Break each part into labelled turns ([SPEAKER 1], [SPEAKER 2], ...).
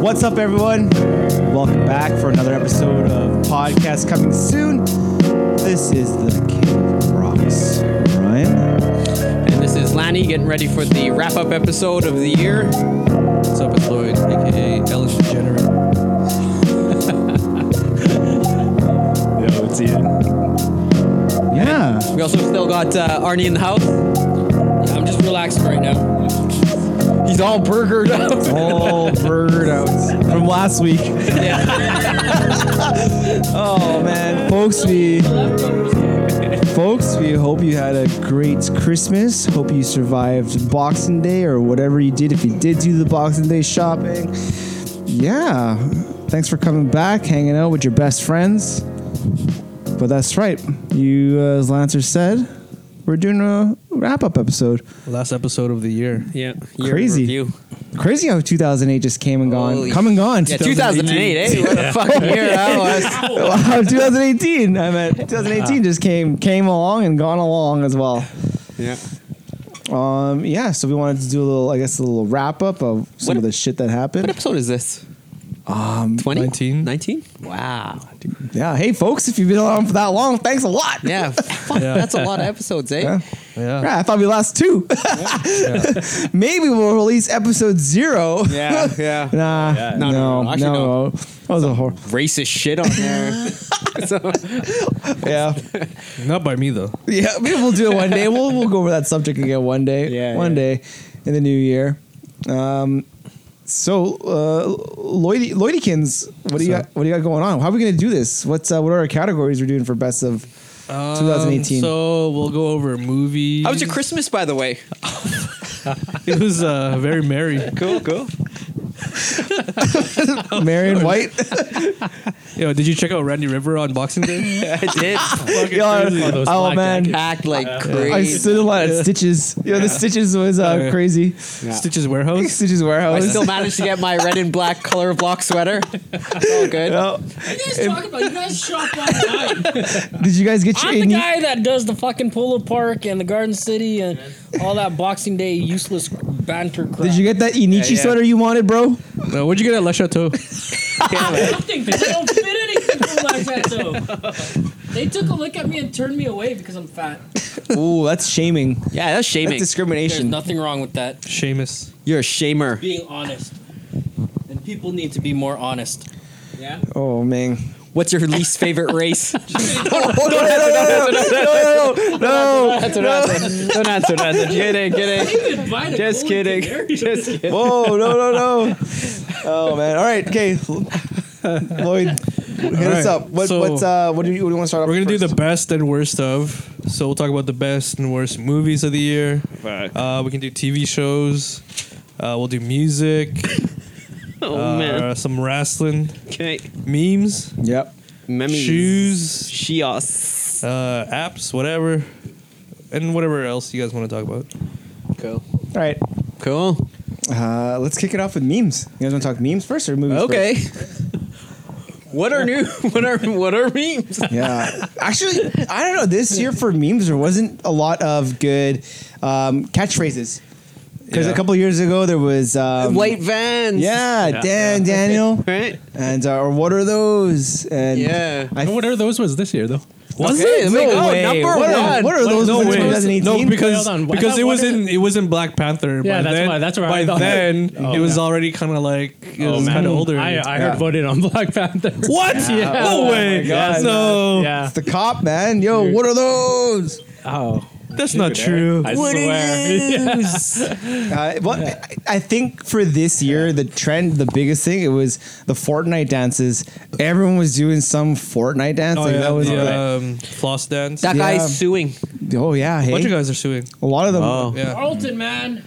[SPEAKER 1] What's up, everyone? Welcome back for another episode of podcast coming soon. This is the King of Rocks, Ryan.
[SPEAKER 2] And this is Lanny getting ready for the wrap up episode of the year. What's up, it's Lloyd, aka Ellis Degenerate.
[SPEAKER 3] Yo, it's Ian.
[SPEAKER 1] Yeah,
[SPEAKER 2] We also still got uh, Arnie in the house. I'm just relaxing right now. He's all burgered up.
[SPEAKER 1] all bird out from last week. oh man, folks, we folks, we hope you had a great Christmas. Hope you survived Boxing Day or whatever you did. If you did do the Boxing Day shopping, yeah, thanks for coming back, hanging out with your best friends. But that's right, you uh, as Lancer said, we're doing a wrap-up episode.
[SPEAKER 3] Last episode of the year.
[SPEAKER 2] Yeah,
[SPEAKER 1] Crazy.
[SPEAKER 2] Review.
[SPEAKER 1] Crazy how 2008 just came and gone,
[SPEAKER 2] Holy
[SPEAKER 1] come and gone.
[SPEAKER 2] Yeah, 2008, eh? What a fucking year that was.
[SPEAKER 1] wow, 2018. I meant 2018 just came came along and gone along as well.
[SPEAKER 2] Yeah.
[SPEAKER 1] Um, yeah. So we wanted to do a little, I guess, a little wrap up of some
[SPEAKER 2] What-
[SPEAKER 1] of the shit that
[SPEAKER 2] What
[SPEAKER 1] happened.
[SPEAKER 2] episode is this? Um, 20?
[SPEAKER 3] 19.
[SPEAKER 2] 19? Wow.
[SPEAKER 1] Yeah. Hey, folks, if you've been on for that long, thanks a lot.
[SPEAKER 2] Yeah, fuck,
[SPEAKER 3] Yeah.
[SPEAKER 2] that's a lot of episodes, eh?
[SPEAKER 1] Yeah.
[SPEAKER 3] Yeah.
[SPEAKER 1] Yeah, I thought we lost two. Maybe we'll release episode zero.
[SPEAKER 2] Yeah, yeah.
[SPEAKER 1] Nah,
[SPEAKER 3] Yeah.
[SPEAKER 1] no, no,
[SPEAKER 2] No, no,
[SPEAKER 1] no,
[SPEAKER 2] no, actually, no.
[SPEAKER 1] That was a horror.
[SPEAKER 2] Racist shit on there.
[SPEAKER 1] Yeah,
[SPEAKER 3] Not by me though.
[SPEAKER 1] yeah. Maybe we'll do it one day. We'll we'll go over that subject again one day.
[SPEAKER 2] Yeah,
[SPEAKER 1] one
[SPEAKER 2] yeah.
[SPEAKER 1] day in the new year. Um, so uh, Lloyd Lloydikins, what do you
[SPEAKER 3] So-
[SPEAKER 1] got, what do you got going on? How are we gonna do this? What's uh, what are our categories we're doing for best of 2018?
[SPEAKER 3] Um, So we'll go over movies.
[SPEAKER 2] How was your Christmas, by the way?
[SPEAKER 3] It was uh, very merry.
[SPEAKER 2] Cool, cool.
[SPEAKER 1] Marion White.
[SPEAKER 3] Yo, did you check out Randy River on Boxing Day?
[SPEAKER 2] I did.
[SPEAKER 3] Fucking
[SPEAKER 1] Yo,
[SPEAKER 3] crazy. Those
[SPEAKER 1] oh,
[SPEAKER 3] black
[SPEAKER 1] man.
[SPEAKER 3] jackets.
[SPEAKER 2] Packed like crazy.
[SPEAKER 1] I stood a lot of stitches. Yeah, the stitches was uh,
[SPEAKER 3] yeah.
[SPEAKER 1] crazy.
[SPEAKER 3] Stitches Warehouse.
[SPEAKER 1] Stitches
[SPEAKER 2] I
[SPEAKER 1] warehouse.
[SPEAKER 2] Oh, still managed to get my red and black color block sweater. It's all good.
[SPEAKER 1] Yeah.
[SPEAKER 4] What are you guys talking about? You guys shop online.
[SPEAKER 1] Did you guys get your?
[SPEAKER 4] I'm the
[SPEAKER 1] any-
[SPEAKER 4] guy that does the fucking Polo Park and the Garden City and all that Boxing Day useless banter crap.
[SPEAKER 1] Did you get that Inichi
[SPEAKER 2] Yeah, yeah.
[SPEAKER 1] sweater you wanted, bro?
[SPEAKER 3] Uh, what'd you get at Le Chateau?
[SPEAKER 4] Nothing. They don't fit anything from my tattoo. They took a look at me and turned me away because I'm fat.
[SPEAKER 1] Ooh, that's shaming.
[SPEAKER 2] Yeah, that's
[SPEAKER 1] That's
[SPEAKER 2] shaming.
[SPEAKER 4] There's
[SPEAKER 1] discrimination.
[SPEAKER 4] nothing wrong with that.
[SPEAKER 3] Seamus.
[SPEAKER 2] You're a shamer.
[SPEAKER 4] Being honest. And people need to be more honest. Yeah.
[SPEAKER 1] oh man.
[SPEAKER 2] What's your least favorite race?
[SPEAKER 1] No.
[SPEAKER 2] Don't answer. Don't answer. Don't answer. Kidding, kidding. Just kidding. Just kidding.
[SPEAKER 1] Whoa. No. No. No. Oh man. All right. Okay. Lloyd, hit us
[SPEAKER 3] right.
[SPEAKER 1] up. What,
[SPEAKER 3] So-
[SPEAKER 1] what's uh? What do you, what do you want to start off?
[SPEAKER 3] We're gonna do
[SPEAKER 1] first?
[SPEAKER 3] the best and worst of. So we'll talk about the best and worst movies of the year. Uh, we can do TV shows. Uh, we'll do music.
[SPEAKER 2] Oh
[SPEAKER 3] uh, Some wrestling
[SPEAKER 2] Okay.
[SPEAKER 3] memes,
[SPEAKER 1] Yep.
[SPEAKER 2] Memes.
[SPEAKER 3] shoes,
[SPEAKER 2] Shios.
[SPEAKER 3] uh, apps, whatever, and whatever else you guys want to talk about.
[SPEAKER 2] Cool.
[SPEAKER 1] All right.
[SPEAKER 2] Cool.
[SPEAKER 1] Uh, let's kick it off with memes. You guys want to talk memes first or movies?
[SPEAKER 2] Okay. What are new? What are what are memes?
[SPEAKER 1] first? Yeah. Actually, I don't know. This year for memes, there wasn't a lot of good um, catchphrases. Because a
[SPEAKER 3] Yeah.
[SPEAKER 1] couple years ago, there was um,
[SPEAKER 2] White vans.
[SPEAKER 1] Yeah, Dan Daniel.
[SPEAKER 2] Right.
[SPEAKER 1] And uh, or what are those? And
[SPEAKER 2] Yeah.
[SPEAKER 1] I
[SPEAKER 5] What are those was this year though?
[SPEAKER 3] Was
[SPEAKER 2] Okay,
[SPEAKER 3] it? oh,
[SPEAKER 2] there we
[SPEAKER 3] No
[SPEAKER 2] go.
[SPEAKER 3] way.
[SPEAKER 2] Number
[SPEAKER 1] What are,
[SPEAKER 2] one.
[SPEAKER 1] what are those?
[SPEAKER 3] no
[SPEAKER 1] ones
[SPEAKER 3] way.
[SPEAKER 1] from 2018?
[SPEAKER 3] No, because
[SPEAKER 5] Hold on. I
[SPEAKER 3] because
[SPEAKER 5] thought
[SPEAKER 3] it was
[SPEAKER 5] what
[SPEAKER 3] in it was in Black Panther.
[SPEAKER 5] Yeah,
[SPEAKER 3] but
[SPEAKER 5] that's
[SPEAKER 3] then,
[SPEAKER 5] why- that's where
[SPEAKER 3] By
[SPEAKER 5] I thought- Oh,
[SPEAKER 3] then it was already kind of like it was kind of older.
[SPEAKER 5] I, I heard
[SPEAKER 1] Yeah.
[SPEAKER 5] voted on Black Panther.
[SPEAKER 3] what?
[SPEAKER 5] Yeah.
[SPEAKER 3] No
[SPEAKER 5] Oh
[SPEAKER 3] way.
[SPEAKER 1] my God.
[SPEAKER 3] No,
[SPEAKER 5] Yeah.
[SPEAKER 1] It's the cop, man. Yo, what are those?
[SPEAKER 5] Oh,
[SPEAKER 3] that's not true.
[SPEAKER 5] I swear.
[SPEAKER 1] Uh, well, I, I think for this year, the trend, the biggest thing, it was the Fortnite dances. Everyone was doing some Fortnite dance.
[SPEAKER 3] Oh
[SPEAKER 1] like,
[SPEAKER 3] yeah,
[SPEAKER 1] that was
[SPEAKER 3] the,
[SPEAKER 1] like-
[SPEAKER 3] um, floss dance.
[SPEAKER 2] That
[SPEAKER 1] Yeah.
[SPEAKER 2] guy's suing.
[SPEAKER 1] oh yeah,
[SPEAKER 3] a
[SPEAKER 1] hey,
[SPEAKER 3] bunch of guys are suing.
[SPEAKER 1] a lot of them.
[SPEAKER 3] Yeah,
[SPEAKER 4] Carlton, man.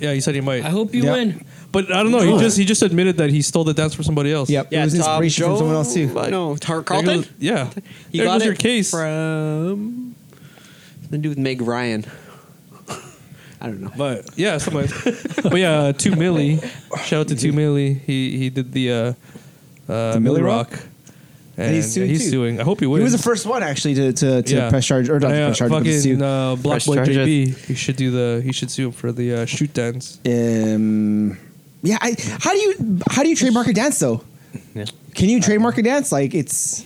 [SPEAKER 3] yeah. He said he might,
[SPEAKER 4] I hope you
[SPEAKER 1] Yeah.
[SPEAKER 4] win.
[SPEAKER 3] but I don't know.
[SPEAKER 5] Oh.
[SPEAKER 3] He just he just admitted that he stole the dance from somebody else.
[SPEAKER 1] Yep, it was inspiration from someone else too.
[SPEAKER 2] No, Tar-
[SPEAKER 3] There
[SPEAKER 2] Carlton.
[SPEAKER 3] goes- yeah.
[SPEAKER 2] He
[SPEAKER 3] there
[SPEAKER 2] got
[SPEAKER 3] goes
[SPEAKER 2] it
[SPEAKER 3] your case.
[SPEAKER 2] from the dude with Meg Ryan. I don't know.
[SPEAKER 3] But yeah, somebody. but yeah, uh, two milli. Shout out to two milli. He he did the uh, uh
[SPEAKER 1] The Milli
[SPEAKER 3] Milli
[SPEAKER 1] Rock?
[SPEAKER 3] Rock.
[SPEAKER 1] And he's suing
[SPEAKER 3] he's
[SPEAKER 1] too.
[SPEAKER 3] suing. I hope he
[SPEAKER 1] He
[SPEAKER 3] wins.
[SPEAKER 1] was the first one actually to, to, to press charge or not to
[SPEAKER 3] Yeah,
[SPEAKER 1] press charge. but to
[SPEAKER 3] Fucking
[SPEAKER 1] sue.
[SPEAKER 3] uh, Black
[SPEAKER 2] Press
[SPEAKER 3] Boy
[SPEAKER 2] charges.
[SPEAKER 3] JB. He should do the. He should sue him for the uh, shoot dance.
[SPEAKER 1] Um, Yeah, I, how do you how do you trademark a dance though?
[SPEAKER 6] Yeah.
[SPEAKER 1] Can you trademark a dance? Like it's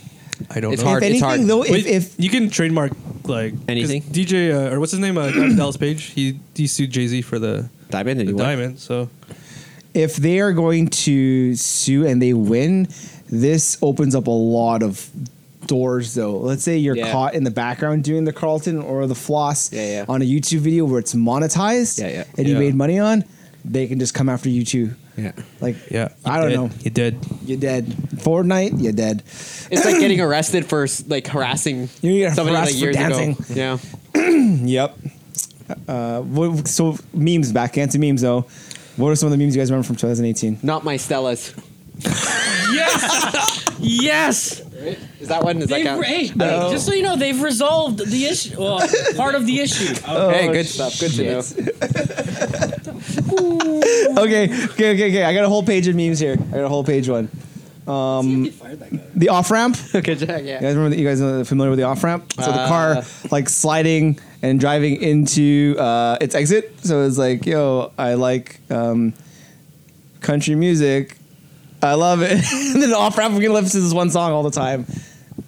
[SPEAKER 3] I don't
[SPEAKER 6] It's
[SPEAKER 3] know.
[SPEAKER 6] hard.
[SPEAKER 1] if anything
[SPEAKER 6] hard.
[SPEAKER 1] though, if,
[SPEAKER 3] Wait,
[SPEAKER 1] if
[SPEAKER 3] you can trademark like 'cause
[SPEAKER 6] Anything?
[SPEAKER 3] DJ uh, or what's his name, uh, Dallas Page. He he sued Jay Z for the,
[SPEAKER 6] Diamond and
[SPEAKER 3] the
[SPEAKER 6] you want-
[SPEAKER 3] diamond. So
[SPEAKER 1] if they are going to sue and they win, this opens up a lot of doors though. Let's say you're
[SPEAKER 6] Yeah.
[SPEAKER 1] caught in the background doing the Carlton or the floss
[SPEAKER 6] Yeah, yeah.
[SPEAKER 1] on a YouTube video where it's monetized
[SPEAKER 6] Yeah, yeah.
[SPEAKER 1] and you
[SPEAKER 3] Yeah.
[SPEAKER 1] made money on, they can just come after you too.
[SPEAKER 6] Yeah.
[SPEAKER 1] Like
[SPEAKER 3] yeah,
[SPEAKER 1] I don't
[SPEAKER 3] Dead.
[SPEAKER 1] know.
[SPEAKER 3] He did.
[SPEAKER 1] You're dead. Fortnite, you're dead.
[SPEAKER 6] It's like getting arrested for like harassing
[SPEAKER 1] You get
[SPEAKER 6] somebody
[SPEAKER 1] harassed for
[SPEAKER 6] like years ago.
[SPEAKER 1] dancing.
[SPEAKER 6] Yeah.
[SPEAKER 1] Yep. Uh, what, so memes back into memes though. What are some of the memes you guys remember from 2018?
[SPEAKER 6] Not my Stella's.
[SPEAKER 4] Yes.
[SPEAKER 6] Is that one? Is that
[SPEAKER 4] They've,
[SPEAKER 6] count?
[SPEAKER 4] hey, just so you know, they've resolved the issue. Well, part of the issue.
[SPEAKER 6] hey, good stuff. Good to know.
[SPEAKER 1] Okay, okay, okay, okay. I got a whole page of memes here. I got a whole page one. The off ramp. You
[SPEAKER 6] good job. Yeah.
[SPEAKER 1] guys remember? You guys are familiar with the off ramp? So the
[SPEAKER 6] Uh.
[SPEAKER 1] car like sliding and driving into uh, its exit. So it's like, yo, I like um, country music. I love it. and then the off ramp, we can listen to this one song all the time.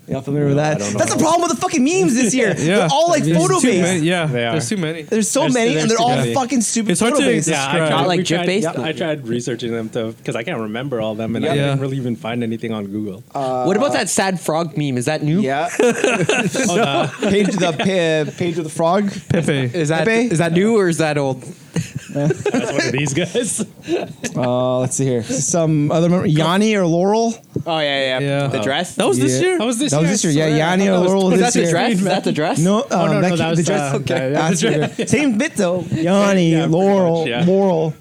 [SPEAKER 1] Y'all familiar with that? That's the problem with the fucking memes this year. They're all like
[SPEAKER 3] There's
[SPEAKER 1] photo
[SPEAKER 3] too many-
[SPEAKER 1] based.
[SPEAKER 3] Yeah,
[SPEAKER 7] They are.
[SPEAKER 3] there's too many.
[SPEAKER 1] There's so
[SPEAKER 7] There's-
[SPEAKER 1] many,
[SPEAKER 7] there's
[SPEAKER 1] and they're
[SPEAKER 7] too
[SPEAKER 1] all
[SPEAKER 7] many.
[SPEAKER 1] fucking stupid.
[SPEAKER 3] It's hard to-
[SPEAKER 1] photo-based.
[SPEAKER 3] yeah,
[SPEAKER 7] I
[SPEAKER 3] Describe.
[SPEAKER 7] tried,
[SPEAKER 6] Not like
[SPEAKER 7] we tried-
[SPEAKER 6] drip-based?
[SPEAKER 7] I tried researching them though because I can't remember all of them, and
[SPEAKER 3] Yeah.
[SPEAKER 7] I didn't really even find anything on Google.
[SPEAKER 6] what about that sad frog meme? Is that new?
[SPEAKER 1] Yeah. Page of the pa- page of the frog.
[SPEAKER 3] Pepe.
[SPEAKER 6] Is that
[SPEAKER 1] Pepe?
[SPEAKER 6] is that new or is that old?
[SPEAKER 7] That's one of these guys.
[SPEAKER 1] Uh, let's see here. Some other member, Yanni or Laurel.
[SPEAKER 6] Oh yeah, yeah.
[SPEAKER 3] Yeah.
[SPEAKER 6] The
[SPEAKER 3] Oh.
[SPEAKER 6] dress.
[SPEAKER 3] That was
[SPEAKER 1] Yeah.
[SPEAKER 3] this year.
[SPEAKER 7] That was this
[SPEAKER 1] That was
[SPEAKER 7] year.
[SPEAKER 1] this year. Yeah, Yanni or
[SPEAKER 7] that was-
[SPEAKER 1] Laurel
[SPEAKER 6] Is
[SPEAKER 1] this
[SPEAKER 6] that the
[SPEAKER 1] year.
[SPEAKER 6] dress? Is that the dress?
[SPEAKER 1] No, um,
[SPEAKER 7] Oh, no,
[SPEAKER 1] that,
[SPEAKER 7] no, that
[SPEAKER 1] the
[SPEAKER 7] was,
[SPEAKER 1] dress.
[SPEAKER 7] uh, yeah, yeah,
[SPEAKER 1] That's
[SPEAKER 7] the
[SPEAKER 1] the
[SPEAKER 7] dress.
[SPEAKER 1] dress. Same fit though. Yanni,
[SPEAKER 7] Yeah, pretty
[SPEAKER 1] Laurel,
[SPEAKER 7] much, yeah.
[SPEAKER 1] Laurel.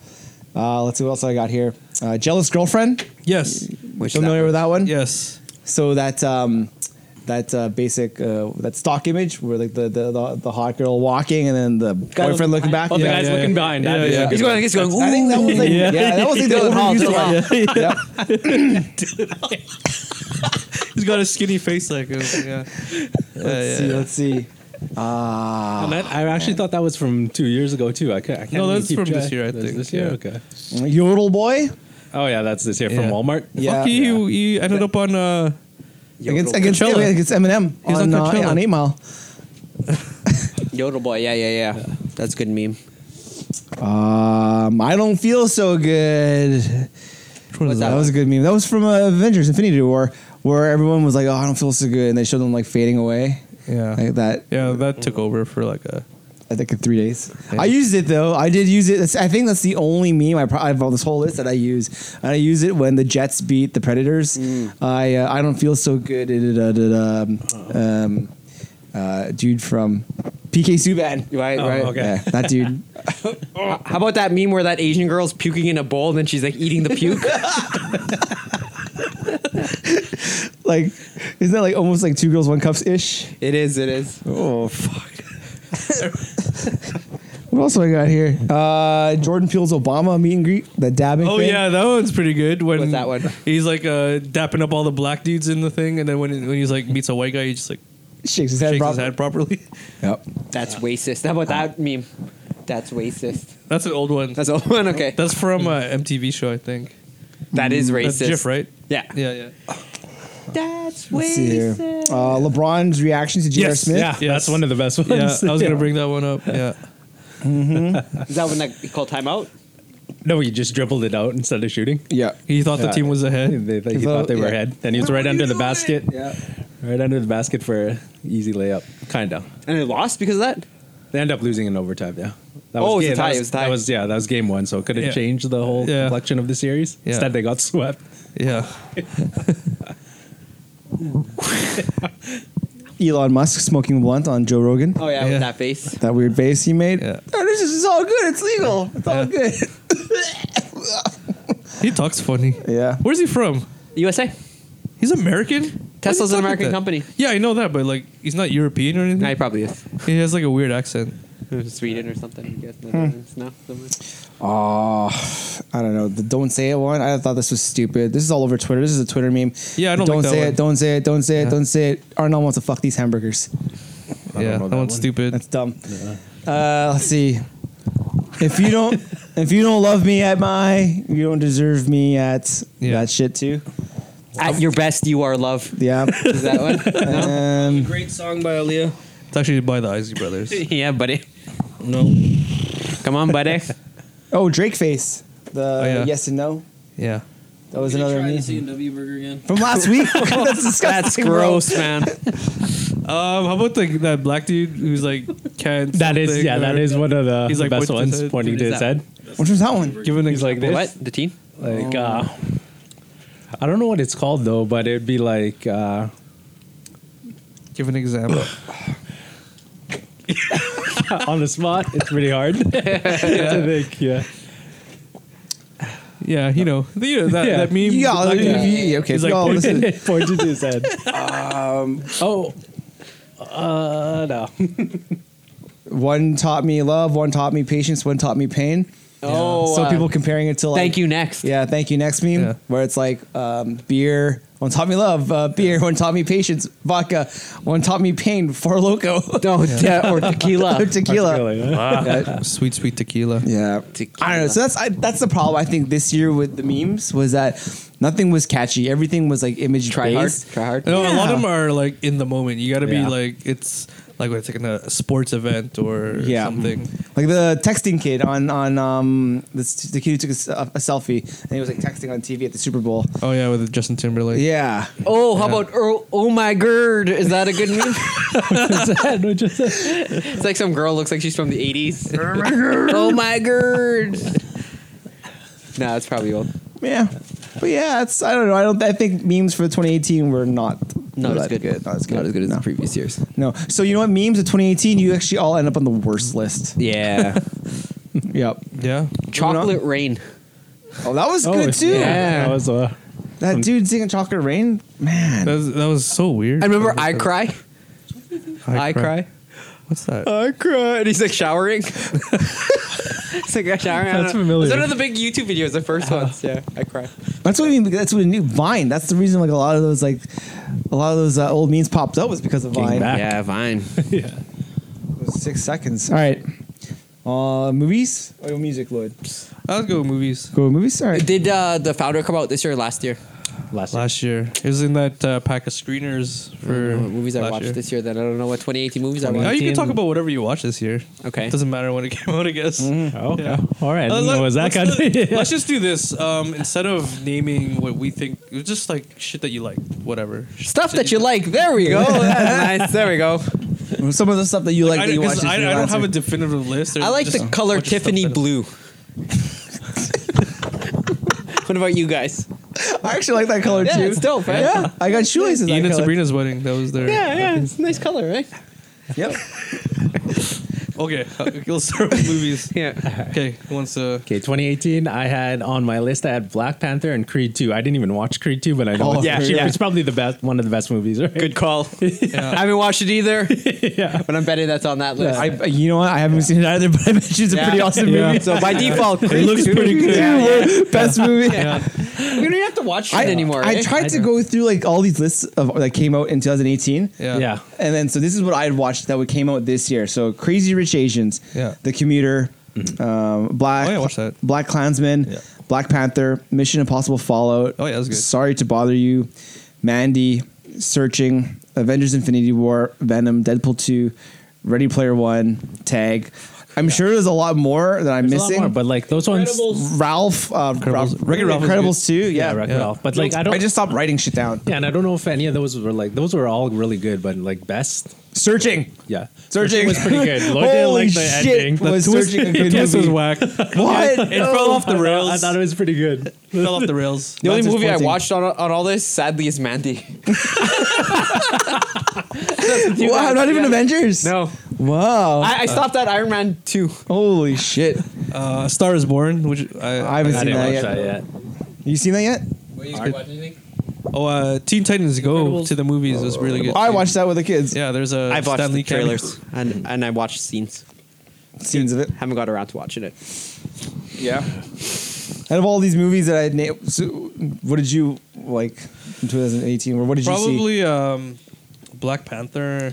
[SPEAKER 1] Uh, let's see what else I got here. Uh, Jealous girlfriend.
[SPEAKER 3] Yes.
[SPEAKER 6] Which
[SPEAKER 1] Familiar with that one?
[SPEAKER 3] Yes.
[SPEAKER 1] So that um, that uh, basic uh, that stock image where like the, the the the hot girl walking and then the boyfriend looking back.
[SPEAKER 7] Oh, the
[SPEAKER 1] Yeah.
[SPEAKER 7] guy's looking behind.
[SPEAKER 3] Yeah,
[SPEAKER 7] That is
[SPEAKER 3] yeah.
[SPEAKER 7] a good
[SPEAKER 6] He's going. He's going.
[SPEAKER 1] I think that was like yeah,
[SPEAKER 3] Yeah.
[SPEAKER 1] that was like the overused one. Yep.
[SPEAKER 3] He's got a skinny face like him. Yeah.
[SPEAKER 1] Let's see. Let's see.
[SPEAKER 7] one. And that-
[SPEAKER 6] Ah,
[SPEAKER 7] I actually thought that was from two years ago too. I can't. I can't
[SPEAKER 3] No,
[SPEAKER 7] even
[SPEAKER 3] that's
[SPEAKER 7] keep
[SPEAKER 3] from this
[SPEAKER 7] track.
[SPEAKER 3] year, I
[SPEAKER 7] That's
[SPEAKER 3] think,
[SPEAKER 7] This year.
[SPEAKER 3] yeah.
[SPEAKER 7] Okay.
[SPEAKER 1] Yodel boy
[SPEAKER 7] Oh yeah, that's this year
[SPEAKER 3] Yeah.
[SPEAKER 7] from Walmart.
[SPEAKER 1] Yeah.
[SPEAKER 3] Fuck you. You you ended up on. Uh,
[SPEAKER 1] against against,
[SPEAKER 3] Coachella.
[SPEAKER 1] yeah, against Eminem
[SPEAKER 3] He was
[SPEAKER 1] on,
[SPEAKER 3] on
[SPEAKER 1] uh,
[SPEAKER 3] Coachella.
[SPEAKER 1] on Eight Mile.
[SPEAKER 6] Yodel boy. Yeah, yeah, yeah. That's a good meme.
[SPEAKER 1] Um, I don't feel so good.
[SPEAKER 6] was
[SPEAKER 1] that
[SPEAKER 6] that
[SPEAKER 1] was a good meme. That was from uh, Avengers: Infinity War, where everyone was like, "Oh, I don't feel so good," and they showed them like fading away.
[SPEAKER 3] yeah.
[SPEAKER 1] Like that,
[SPEAKER 3] yeah, that took over for like a.
[SPEAKER 1] I think in three days. I used it though. I did use it. That's- I think that's the only meme I probably on this whole list that I use. And I use it when the Jets beat the Predators. I uh, I don't feel so good. Da, da, da, da, da. Um, uh, dude from PK Subban.
[SPEAKER 6] Right,
[SPEAKER 7] Oh,
[SPEAKER 6] right.
[SPEAKER 7] okay.
[SPEAKER 1] Yeah, that dude.
[SPEAKER 6] How about that meme where that Asian girl's puking in a bowl and then she's like eating the puke?
[SPEAKER 1] like, isn't that like almost like two girls, one cups ish?
[SPEAKER 6] it is. It is.
[SPEAKER 1] Oh fuck. what else do I got here? Uh, Jordan Peele's Obama meet and greet. The dabbing.
[SPEAKER 3] Oh
[SPEAKER 1] thing.
[SPEAKER 3] yeah, that one's pretty good. When
[SPEAKER 6] What's that one?
[SPEAKER 3] He's like uh, dapping up all the black dudes in the thing, and then when when he's like meets a white guy, he just like
[SPEAKER 1] Shakes his head.
[SPEAKER 3] shakes
[SPEAKER 1] prop-
[SPEAKER 3] his head properly.
[SPEAKER 1] Yep.
[SPEAKER 6] That's racist. How about that meme? That's racist.
[SPEAKER 3] That's an old one. That's,
[SPEAKER 6] That's the old one. Okay.
[SPEAKER 3] from uh, MTV show, I think.
[SPEAKER 6] That is racist.
[SPEAKER 3] That's Jeff, right?
[SPEAKER 6] Yeah.
[SPEAKER 3] Yeah, yeah.
[SPEAKER 6] That's
[SPEAKER 1] Let's see here.
[SPEAKER 6] racist.
[SPEAKER 1] Uh, LeBron's reaction to J.R.
[SPEAKER 3] Yes,
[SPEAKER 1] Smith.
[SPEAKER 7] Yeah,
[SPEAKER 3] Yes.
[SPEAKER 7] that's one of the best ones.
[SPEAKER 3] Yeah, I was gonna bring that one up. Yeah,
[SPEAKER 6] Is that when that you call timeout?
[SPEAKER 7] No, you just dribbled it out instead of shooting.
[SPEAKER 1] Yeah.
[SPEAKER 3] he thought the
[SPEAKER 7] Yeah.
[SPEAKER 3] team was ahead.
[SPEAKER 7] They, they, he
[SPEAKER 1] Though-
[SPEAKER 7] thought they were
[SPEAKER 1] yeah.
[SPEAKER 7] ahead. Then he was right under the basket.
[SPEAKER 1] Yeah.
[SPEAKER 7] Right under the basket for an easy layup. Kind of.
[SPEAKER 6] And they lost because of that?
[SPEAKER 7] They end up losing in overtime, yeah. That
[SPEAKER 6] Oh, it was a
[SPEAKER 7] game-
[SPEAKER 6] tie,
[SPEAKER 7] That
[SPEAKER 6] it was a tie.
[SPEAKER 7] That was, yeah, that was game one, so it could have
[SPEAKER 3] Yeah.
[SPEAKER 7] changed the whole
[SPEAKER 3] Yeah.
[SPEAKER 7] complexion of the series.
[SPEAKER 3] Yeah.
[SPEAKER 7] Instead, they got swept.
[SPEAKER 3] Yeah,
[SPEAKER 1] Elon Musk smoking blunt on Joe Rogan.
[SPEAKER 6] Oh yeah, with
[SPEAKER 3] Yeah.
[SPEAKER 6] that face.
[SPEAKER 1] That weird face he made.
[SPEAKER 3] Yeah.
[SPEAKER 1] Oh, this is all good. It's legal. It's all good.
[SPEAKER 3] he talks funny.
[SPEAKER 1] Yeah.
[SPEAKER 3] Where's he from?
[SPEAKER 6] USA.
[SPEAKER 3] He's American. Why is he
[SPEAKER 6] Tesla's an
[SPEAKER 3] talking
[SPEAKER 6] American
[SPEAKER 3] that?
[SPEAKER 6] company.
[SPEAKER 3] Yeah, I know that, but like he's not European or
[SPEAKER 6] No,
[SPEAKER 3] anything.
[SPEAKER 6] he probably is.
[SPEAKER 3] He has like a weird accent.
[SPEAKER 6] Sweden or something. I guess. Netherlands, No, somewhere.
[SPEAKER 1] Oh, I don't know. The don't say it one. I thought this was stupid. This is all over Twitter. This is a Twitter meme.
[SPEAKER 3] Yeah, I don't
[SPEAKER 1] don't
[SPEAKER 3] like that
[SPEAKER 1] say
[SPEAKER 3] one.
[SPEAKER 1] it. Don't say it. Don't say it.
[SPEAKER 3] Yeah.
[SPEAKER 1] Don't say it. Arnold wants to fuck these hamburgers.
[SPEAKER 3] yeah, that,
[SPEAKER 7] know that
[SPEAKER 3] one's
[SPEAKER 7] one.
[SPEAKER 3] stupid.
[SPEAKER 1] That's dumb. Uh, let's see. If you don't, If you don't love me at my, you don't deserve me at
[SPEAKER 3] Yeah.
[SPEAKER 1] that shit too.
[SPEAKER 2] At your best, you are love.
[SPEAKER 1] Yeah.
[SPEAKER 2] Is that one?
[SPEAKER 1] um,
[SPEAKER 2] Great song by Aaliyah.
[SPEAKER 3] It's actually by the Isley Brothers.
[SPEAKER 2] yeah, buddy.
[SPEAKER 3] no.
[SPEAKER 2] Come on, buddy.
[SPEAKER 1] oh, Drake Face. The
[SPEAKER 3] yeah.
[SPEAKER 1] yes and no.
[SPEAKER 3] Yeah.
[SPEAKER 1] That was
[SPEAKER 4] Can you
[SPEAKER 1] another
[SPEAKER 4] try the
[SPEAKER 1] meme.
[SPEAKER 4] C&W burger again?
[SPEAKER 1] from last week. That's
[SPEAKER 2] That's
[SPEAKER 1] disgusting. bro.
[SPEAKER 2] gross, man.
[SPEAKER 3] Um, how about the, that black dude who's like can't.
[SPEAKER 7] That is, yeah, that is one of the,
[SPEAKER 3] He's
[SPEAKER 7] the
[SPEAKER 3] like,
[SPEAKER 7] best
[SPEAKER 3] pointing to his
[SPEAKER 7] ones.
[SPEAKER 3] head.
[SPEAKER 7] Pointing to
[SPEAKER 2] Dude,
[SPEAKER 7] his
[SPEAKER 2] is that-
[SPEAKER 7] head,
[SPEAKER 1] Which was that one?
[SPEAKER 3] Give an
[SPEAKER 7] he's like
[SPEAKER 3] example.
[SPEAKER 7] this.
[SPEAKER 2] What? The teen?
[SPEAKER 7] like uh, I don't know what it's called though, but it'd be like uh,
[SPEAKER 3] Give an example.
[SPEAKER 7] on the spot. It's pretty hard to think. Yeah,
[SPEAKER 3] yeah, you know, the, you know that,
[SPEAKER 7] Yeah.
[SPEAKER 3] that meme.
[SPEAKER 1] Yeah,
[SPEAKER 3] the black
[SPEAKER 1] yeah,
[SPEAKER 3] dude.
[SPEAKER 1] yeah, yeah, okay.
[SPEAKER 3] He's like,
[SPEAKER 1] y'all,
[SPEAKER 3] "Point
[SPEAKER 1] listen.
[SPEAKER 7] pointing to his head. oh, uh, no.
[SPEAKER 1] One taught me love, one taught me patience, one taught me pain.
[SPEAKER 2] Oh,
[SPEAKER 1] so
[SPEAKER 2] uh,
[SPEAKER 1] people comparing it to like
[SPEAKER 2] Thank you. Next.
[SPEAKER 1] Yeah, thank you. Next meme
[SPEAKER 3] Yeah.
[SPEAKER 1] where it's like um, beer. One taught me love, uh, beer. One taught me patience, vodka. One taught me pain, four loco,
[SPEAKER 2] No, yeah, or tequila.
[SPEAKER 1] tequila.
[SPEAKER 3] Sweet, sweet tequila.
[SPEAKER 1] Yeah, I don't know. So that's I, that's the problem I think this year with the memes was that nothing was catchy. Everything was like image
[SPEAKER 2] Try hard.
[SPEAKER 1] based.
[SPEAKER 2] Try hard.
[SPEAKER 3] No, a lot
[SPEAKER 1] Yeah.
[SPEAKER 3] of them are like in the moment. You got to be
[SPEAKER 7] Yeah.
[SPEAKER 3] like it's like when it's like in a sports event or
[SPEAKER 1] Yeah.
[SPEAKER 3] something.
[SPEAKER 1] Like the texting kid on on um this, the kid who took a s- a, a selfie and he was like texting on TV at the Super Bowl.
[SPEAKER 3] Oh yeah, with Justin Timberlake.
[SPEAKER 1] Yeah,
[SPEAKER 2] Oh, how about Earl, oh my gird? Is that a good meme? it's like some girl looks like she's from the eighties. oh my gird. Nah, it's probably old.
[SPEAKER 1] yeah, but yeah, it's I don't know. I don't. I think memes for 2018 were not
[SPEAKER 2] Not
[SPEAKER 1] were
[SPEAKER 2] as
[SPEAKER 1] that
[SPEAKER 2] good.
[SPEAKER 1] Not as good.
[SPEAKER 2] Not as good as
[SPEAKER 1] no.
[SPEAKER 2] the previous years.
[SPEAKER 1] No. So you know what? Memes of 2018, you actually all end up on the worst list.
[SPEAKER 2] Yeah.
[SPEAKER 1] Yep.
[SPEAKER 3] Yeah.
[SPEAKER 2] Chocolate rain.
[SPEAKER 1] Oh, that was good too.
[SPEAKER 7] Yeah, that was uh,
[SPEAKER 1] That dude singing "Chocolate Rain," man.
[SPEAKER 3] That was, that was so weird.
[SPEAKER 2] I remember I cry. I, cry.
[SPEAKER 3] What's that?
[SPEAKER 2] I cry. And he's like showering. it's like a showering. I
[SPEAKER 7] That's
[SPEAKER 2] don't know. It's
[SPEAKER 7] familiar.
[SPEAKER 2] one of the big YouTube videos, the first ones. Yeah, I cry.
[SPEAKER 1] That's what I mean. That's what a new Vine. That's the reason like a lot of those like a lot of those uh, old memes popped up was because of Vine.
[SPEAKER 7] back.
[SPEAKER 2] Yeah, Vine.
[SPEAKER 1] Six seconds. All right. Uh, movies or music, Lloyd?
[SPEAKER 3] I was going movies
[SPEAKER 1] Go with movies. All right.
[SPEAKER 2] Did uh, the founder come out this year or last year?
[SPEAKER 7] last,
[SPEAKER 3] last year. It was in that uh, pack of screeners
[SPEAKER 2] I don't
[SPEAKER 3] for
[SPEAKER 2] know Mm-hmm. what movies I
[SPEAKER 3] last
[SPEAKER 2] watched
[SPEAKER 3] year.
[SPEAKER 2] this year. Then I don't know what 2018 movies I
[SPEAKER 3] Now
[SPEAKER 2] watched.
[SPEAKER 3] you can
[SPEAKER 7] 2018.
[SPEAKER 3] talk about whatever you watch this year.
[SPEAKER 2] Okay. Mm-hmm.
[SPEAKER 3] It doesn't matter when it came out, I guess.
[SPEAKER 7] Oh,
[SPEAKER 3] Yeah.
[SPEAKER 7] all right.
[SPEAKER 3] Uh,
[SPEAKER 7] Then
[SPEAKER 3] let-
[SPEAKER 7] what was
[SPEAKER 3] let's,
[SPEAKER 7] that kind
[SPEAKER 3] let-
[SPEAKER 7] of?
[SPEAKER 3] let's just do this. Um, instead of naming what we think, it's just like shit that you like, whatever.
[SPEAKER 2] Stuff that you like. There we go. That's nice. There we go.
[SPEAKER 1] Some of the stuff that you like,
[SPEAKER 3] I,
[SPEAKER 1] that you
[SPEAKER 3] 'cause
[SPEAKER 1] watch.
[SPEAKER 3] I, I don't have a definitive list.
[SPEAKER 2] I
[SPEAKER 3] There's
[SPEAKER 2] like the
[SPEAKER 3] just-
[SPEAKER 2] color
[SPEAKER 3] bunch of stuff
[SPEAKER 2] Tiffany
[SPEAKER 3] that-
[SPEAKER 2] blue. what about you guys?
[SPEAKER 1] I actually like that color
[SPEAKER 2] Yeah,
[SPEAKER 1] too.
[SPEAKER 2] it's dope, right?
[SPEAKER 1] Oh, Yeah, I got shoelaces.
[SPEAKER 3] Ian
[SPEAKER 1] that
[SPEAKER 3] and
[SPEAKER 1] color.
[SPEAKER 3] Sabrina's wedding. That was their.
[SPEAKER 2] Yeah, yeah. It's a nice color, right?
[SPEAKER 1] Yep.
[SPEAKER 3] Okay, uh, let's start with movies.
[SPEAKER 2] Yeah.
[SPEAKER 3] Okay, who wants to?
[SPEAKER 7] Okay, 2018. I had on my list. I had Black Panther and Creed 2. I didn't even watch Creed 2, but I know
[SPEAKER 1] Oh,
[SPEAKER 7] it's,
[SPEAKER 1] yeah,
[SPEAKER 7] actually-
[SPEAKER 2] yeah.
[SPEAKER 7] it's probably the best, one of the best movies. Right?
[SPEAKER 2] Good call. I haven't watched it either,
[SPEAKER 7] yeah.
[SPEAKER 2] but I'm betting that's on that list.
[SPEAKER 1] I, you know what? I haven't seen it either, but I bet you it's a
[SPEAKER 2] Yeah.
[SPEAKER 1] pretty awesome
[SPEAKER 7] Yeah.
[SPEAKER 1] movie.
[SPEAKER 2] So by default,
[SPEAKER 1] It looks pretty good. Best movie.
[SPEAKER 2] We don't even have to watch it
[SPEAKER 1] I,
[SPEAKER 2] anymore.
[SPEAKER 1] I
[SPEAKER 2] eh?
[SPEAKER 1] tried to go through like all these lists of that came out in 2018.
[SPEAKER 3] Yeah.
[SPEAKER 7] Yeah.
[SPEAKER 1] And then so this is what I had watched that would came out this year. So Crazy Rich Asians,
[SPEAKER 3] Yeah.
[SPEAKER 1] The Commuter, um, Black
[SPEAKER 3] Oh, yeah, I watched that.
[SPEAKER 1] Black Klansman,
[SPEAKER 3] Yeah.
[SPEAKER 1] Black Panther, Mission Impossible Fallout.
[SPEAKER 3] Oh, yeah, that was good.
[SPEAKER 1] Sorry to bother you, Mandy, Searching, Avengers: Infinity War, Venom, Deadpool two, Ready Player One, Tag. I'm sure there's a lot more that I'm
[SPEAKER 7] There's a lot
[SPEAKER 1] missing.
[SPEAKER 7] more, but like those ones.
[SPEAKER 4] Incredibles.
[SPEAKER 1] Ralph, uh, Ralph,
[SPEAKER 3] Wreck-It Ralph was
[SPEAKER 1] Incredibles two,
[SPEAKER 7] Yeah,
[SPEAKER 1] yeah.
[SPEAKER 7] Wreck-It
[SPEAKER 3] Yeah.
[SPEAKER 7] Ralph. But like, I don't.
[SPEAKER 1] I just stopped writing shit down.
[SPEAKER 7] yeah, and I don't know if any of those were like those were all really good, but like best.
[SPEAKER 1] Searching,
[SPEAKER 7] Yeah.
[SPEAKER 1] searching
[SPEAKER 7] was pretty good. Lloyd didn't
[SPEAKER 1] Holy
[SPEAKER 7] like the
[SPEAKER 1] shit!
[SPEAKER 7] ending. The
[SPEAKER 1] Was
[SPEAKER 7] twist-
[SPEAKER 1] searching a
[SPEAKER 3] The
[SPEAKER 1] good
[SPEAKER 3] twist was
[SPEAKER 1] movie?
[SPEAKER 3] whack.
[SPEAKER 1] What?
[SPEAKER 3] It fell off the rails.
[SPEAKER 7] I thought it was pretty good.
[SPEAKER 3] fell off the rails.
[SPEAKER 2] The only
[SPEAKER 1] That's
[SPEAKER 2] movie I
[SPEAKER 1] disappointing.
[SPEAKER 2] watched on, on all this, sadly, is Mandy.
[SPEAKER 1] Wow, not even Avengers.
[SPEAKER 2] No,
[SPEAKER 1] Wow.
[SPEAKER 2] I, I stopped at Iron Man two.
[SPEAKER 1] Holy shit.
[SPEAKER 3] Uh, Star is Born, which I,
[SPEAKER 1] I haven't
[SPEAKER 7] I
[SPEAKER 1] seen
[SPEAKER 7] didn't
[SPEAKER 1] that
[SPEAKER 7] watch
[SPEAKER 1] yet.
[SPEAKER 7] that yet.
[SPEAKER 1] You seen that yet?
[SPEAKER 3] Oh, uh, Teen Titans Go
[SPEAKER 7] Incredibles.
[SPEAKER 3] to the movies was really good.
[SPEAKER 1] Oh, I
[SPEAKER 3] too.
[SPEAKER 1] watched that with the kids.
[SPEAKER 3] Yeah, there's a
[SPEAKER 2] I've watched
[SPEAKER 3] Stanley
[SPEAKER 2] the trailers and, and I watched scenes.
[SPEAKER 1] Scenes of it.
[SPEAKER 2] Haven't got around to watching it.
[SPEAKER 1] Yeah. Out of all these movies that I had named, so what did you like in 2018? Or what did you see?
[SPEAKER 3] Probably um, Black Panther,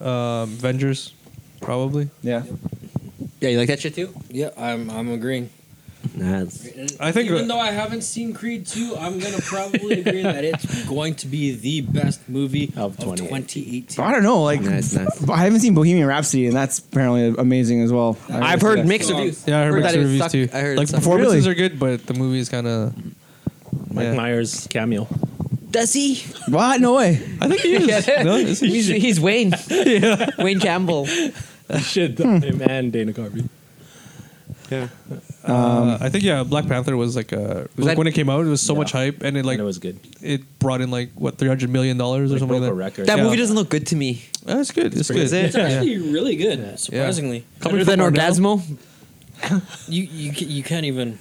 [SPEAKER 3] um, Avengers, probably.
[SPEAKER 1] Yeah.
[SPEAKER 2] Yeah, you like that shit too?
[SPEAKER 8] Yeah, I'm I'm agreeing.
[SPEAKER 2] That's
[SPEAKER 3] I think
[SPEAKER 4] Even though I haven't seen Creed 2, I'm going to probably agree that it's going to be the best movie
[SPEAKER 7] Of
[SPEAKER 4] of
[SPEAKER 7] 2018.
[SPEAKER 4] 2018.
[SPEAKER 1] I don't know. Like,
[SPEAKER 2] Nice, nice.
[SPEAKER 1] I haven't seen Bohemian Rhapsody, and that's apparently amazing as well.
[SPEAKER 2] I've heard mixed
[SPEAKER 4] song.
[SPEAKER 2] reviews.
[SPEAKER 3] yeah, I heard mixed
[SPEAKER 2] that it
[SPEAKER 3] reviews
[SPEAKER 2] sucked.
[SPEAKER 3] too.
[SPEAKER 2] I heard
[SPEAKER 3] like
[SPEAKER 2] it sucked.
[SPEAKER 3] performances
[SPEAKER 1] Really?
[SPEAKER 3] are good, but the movie is kind of.
[SPEAKER 7] Mike
[SPEAKER 3] Yeah.
[SPEAKER 7] Myers cameo.
[SPEAKER 2] Does he?
[SPEAKER 1] What? No way.
[SPEAKER 3] I think he is. no, is he?
[SPEAKER 2] He's, he's Wayne. Wayne Campbell.
[SPEAKER 7] Oh, Shit, him and Dana Carvey.
[SPEAKER 3] Uh, I think yeah, Black Panther was like uh, like
[SPEAKER 2] that-
[SPEAKER 3] when it came out, it was so
[SPEAKER 7] Yeah.
[SPEAKER 3] much hype, and it like
[SPEAKER 7] and it was good.
[SPEAKER 3] it brought in like what three hundred million dollars or
[SPEAKER 7] Like,
[SPEAKER 3] something
[SPEAKER 7] broke
[SPEAKER 3] like
[SPEAKER 7] a
[SPEAKER 3] that.
[SPEAKER 7] record.
[SPEAKER 2] That
[SPEAKER 3] Yeah.
[SPEAKER 2] movie doesn't look good to me.
[SPEAKER 3] That's good. It's
[SPEAKER 2] pretty
[SPEAKER 3] good.
[SPEAKER 2] good.
[SPEAKER 4] It's actually really good, surprisingly.
[SPEAKER 2] Better than Ordasmo.
[SPEAKER 4] You, you, ca- you can't even.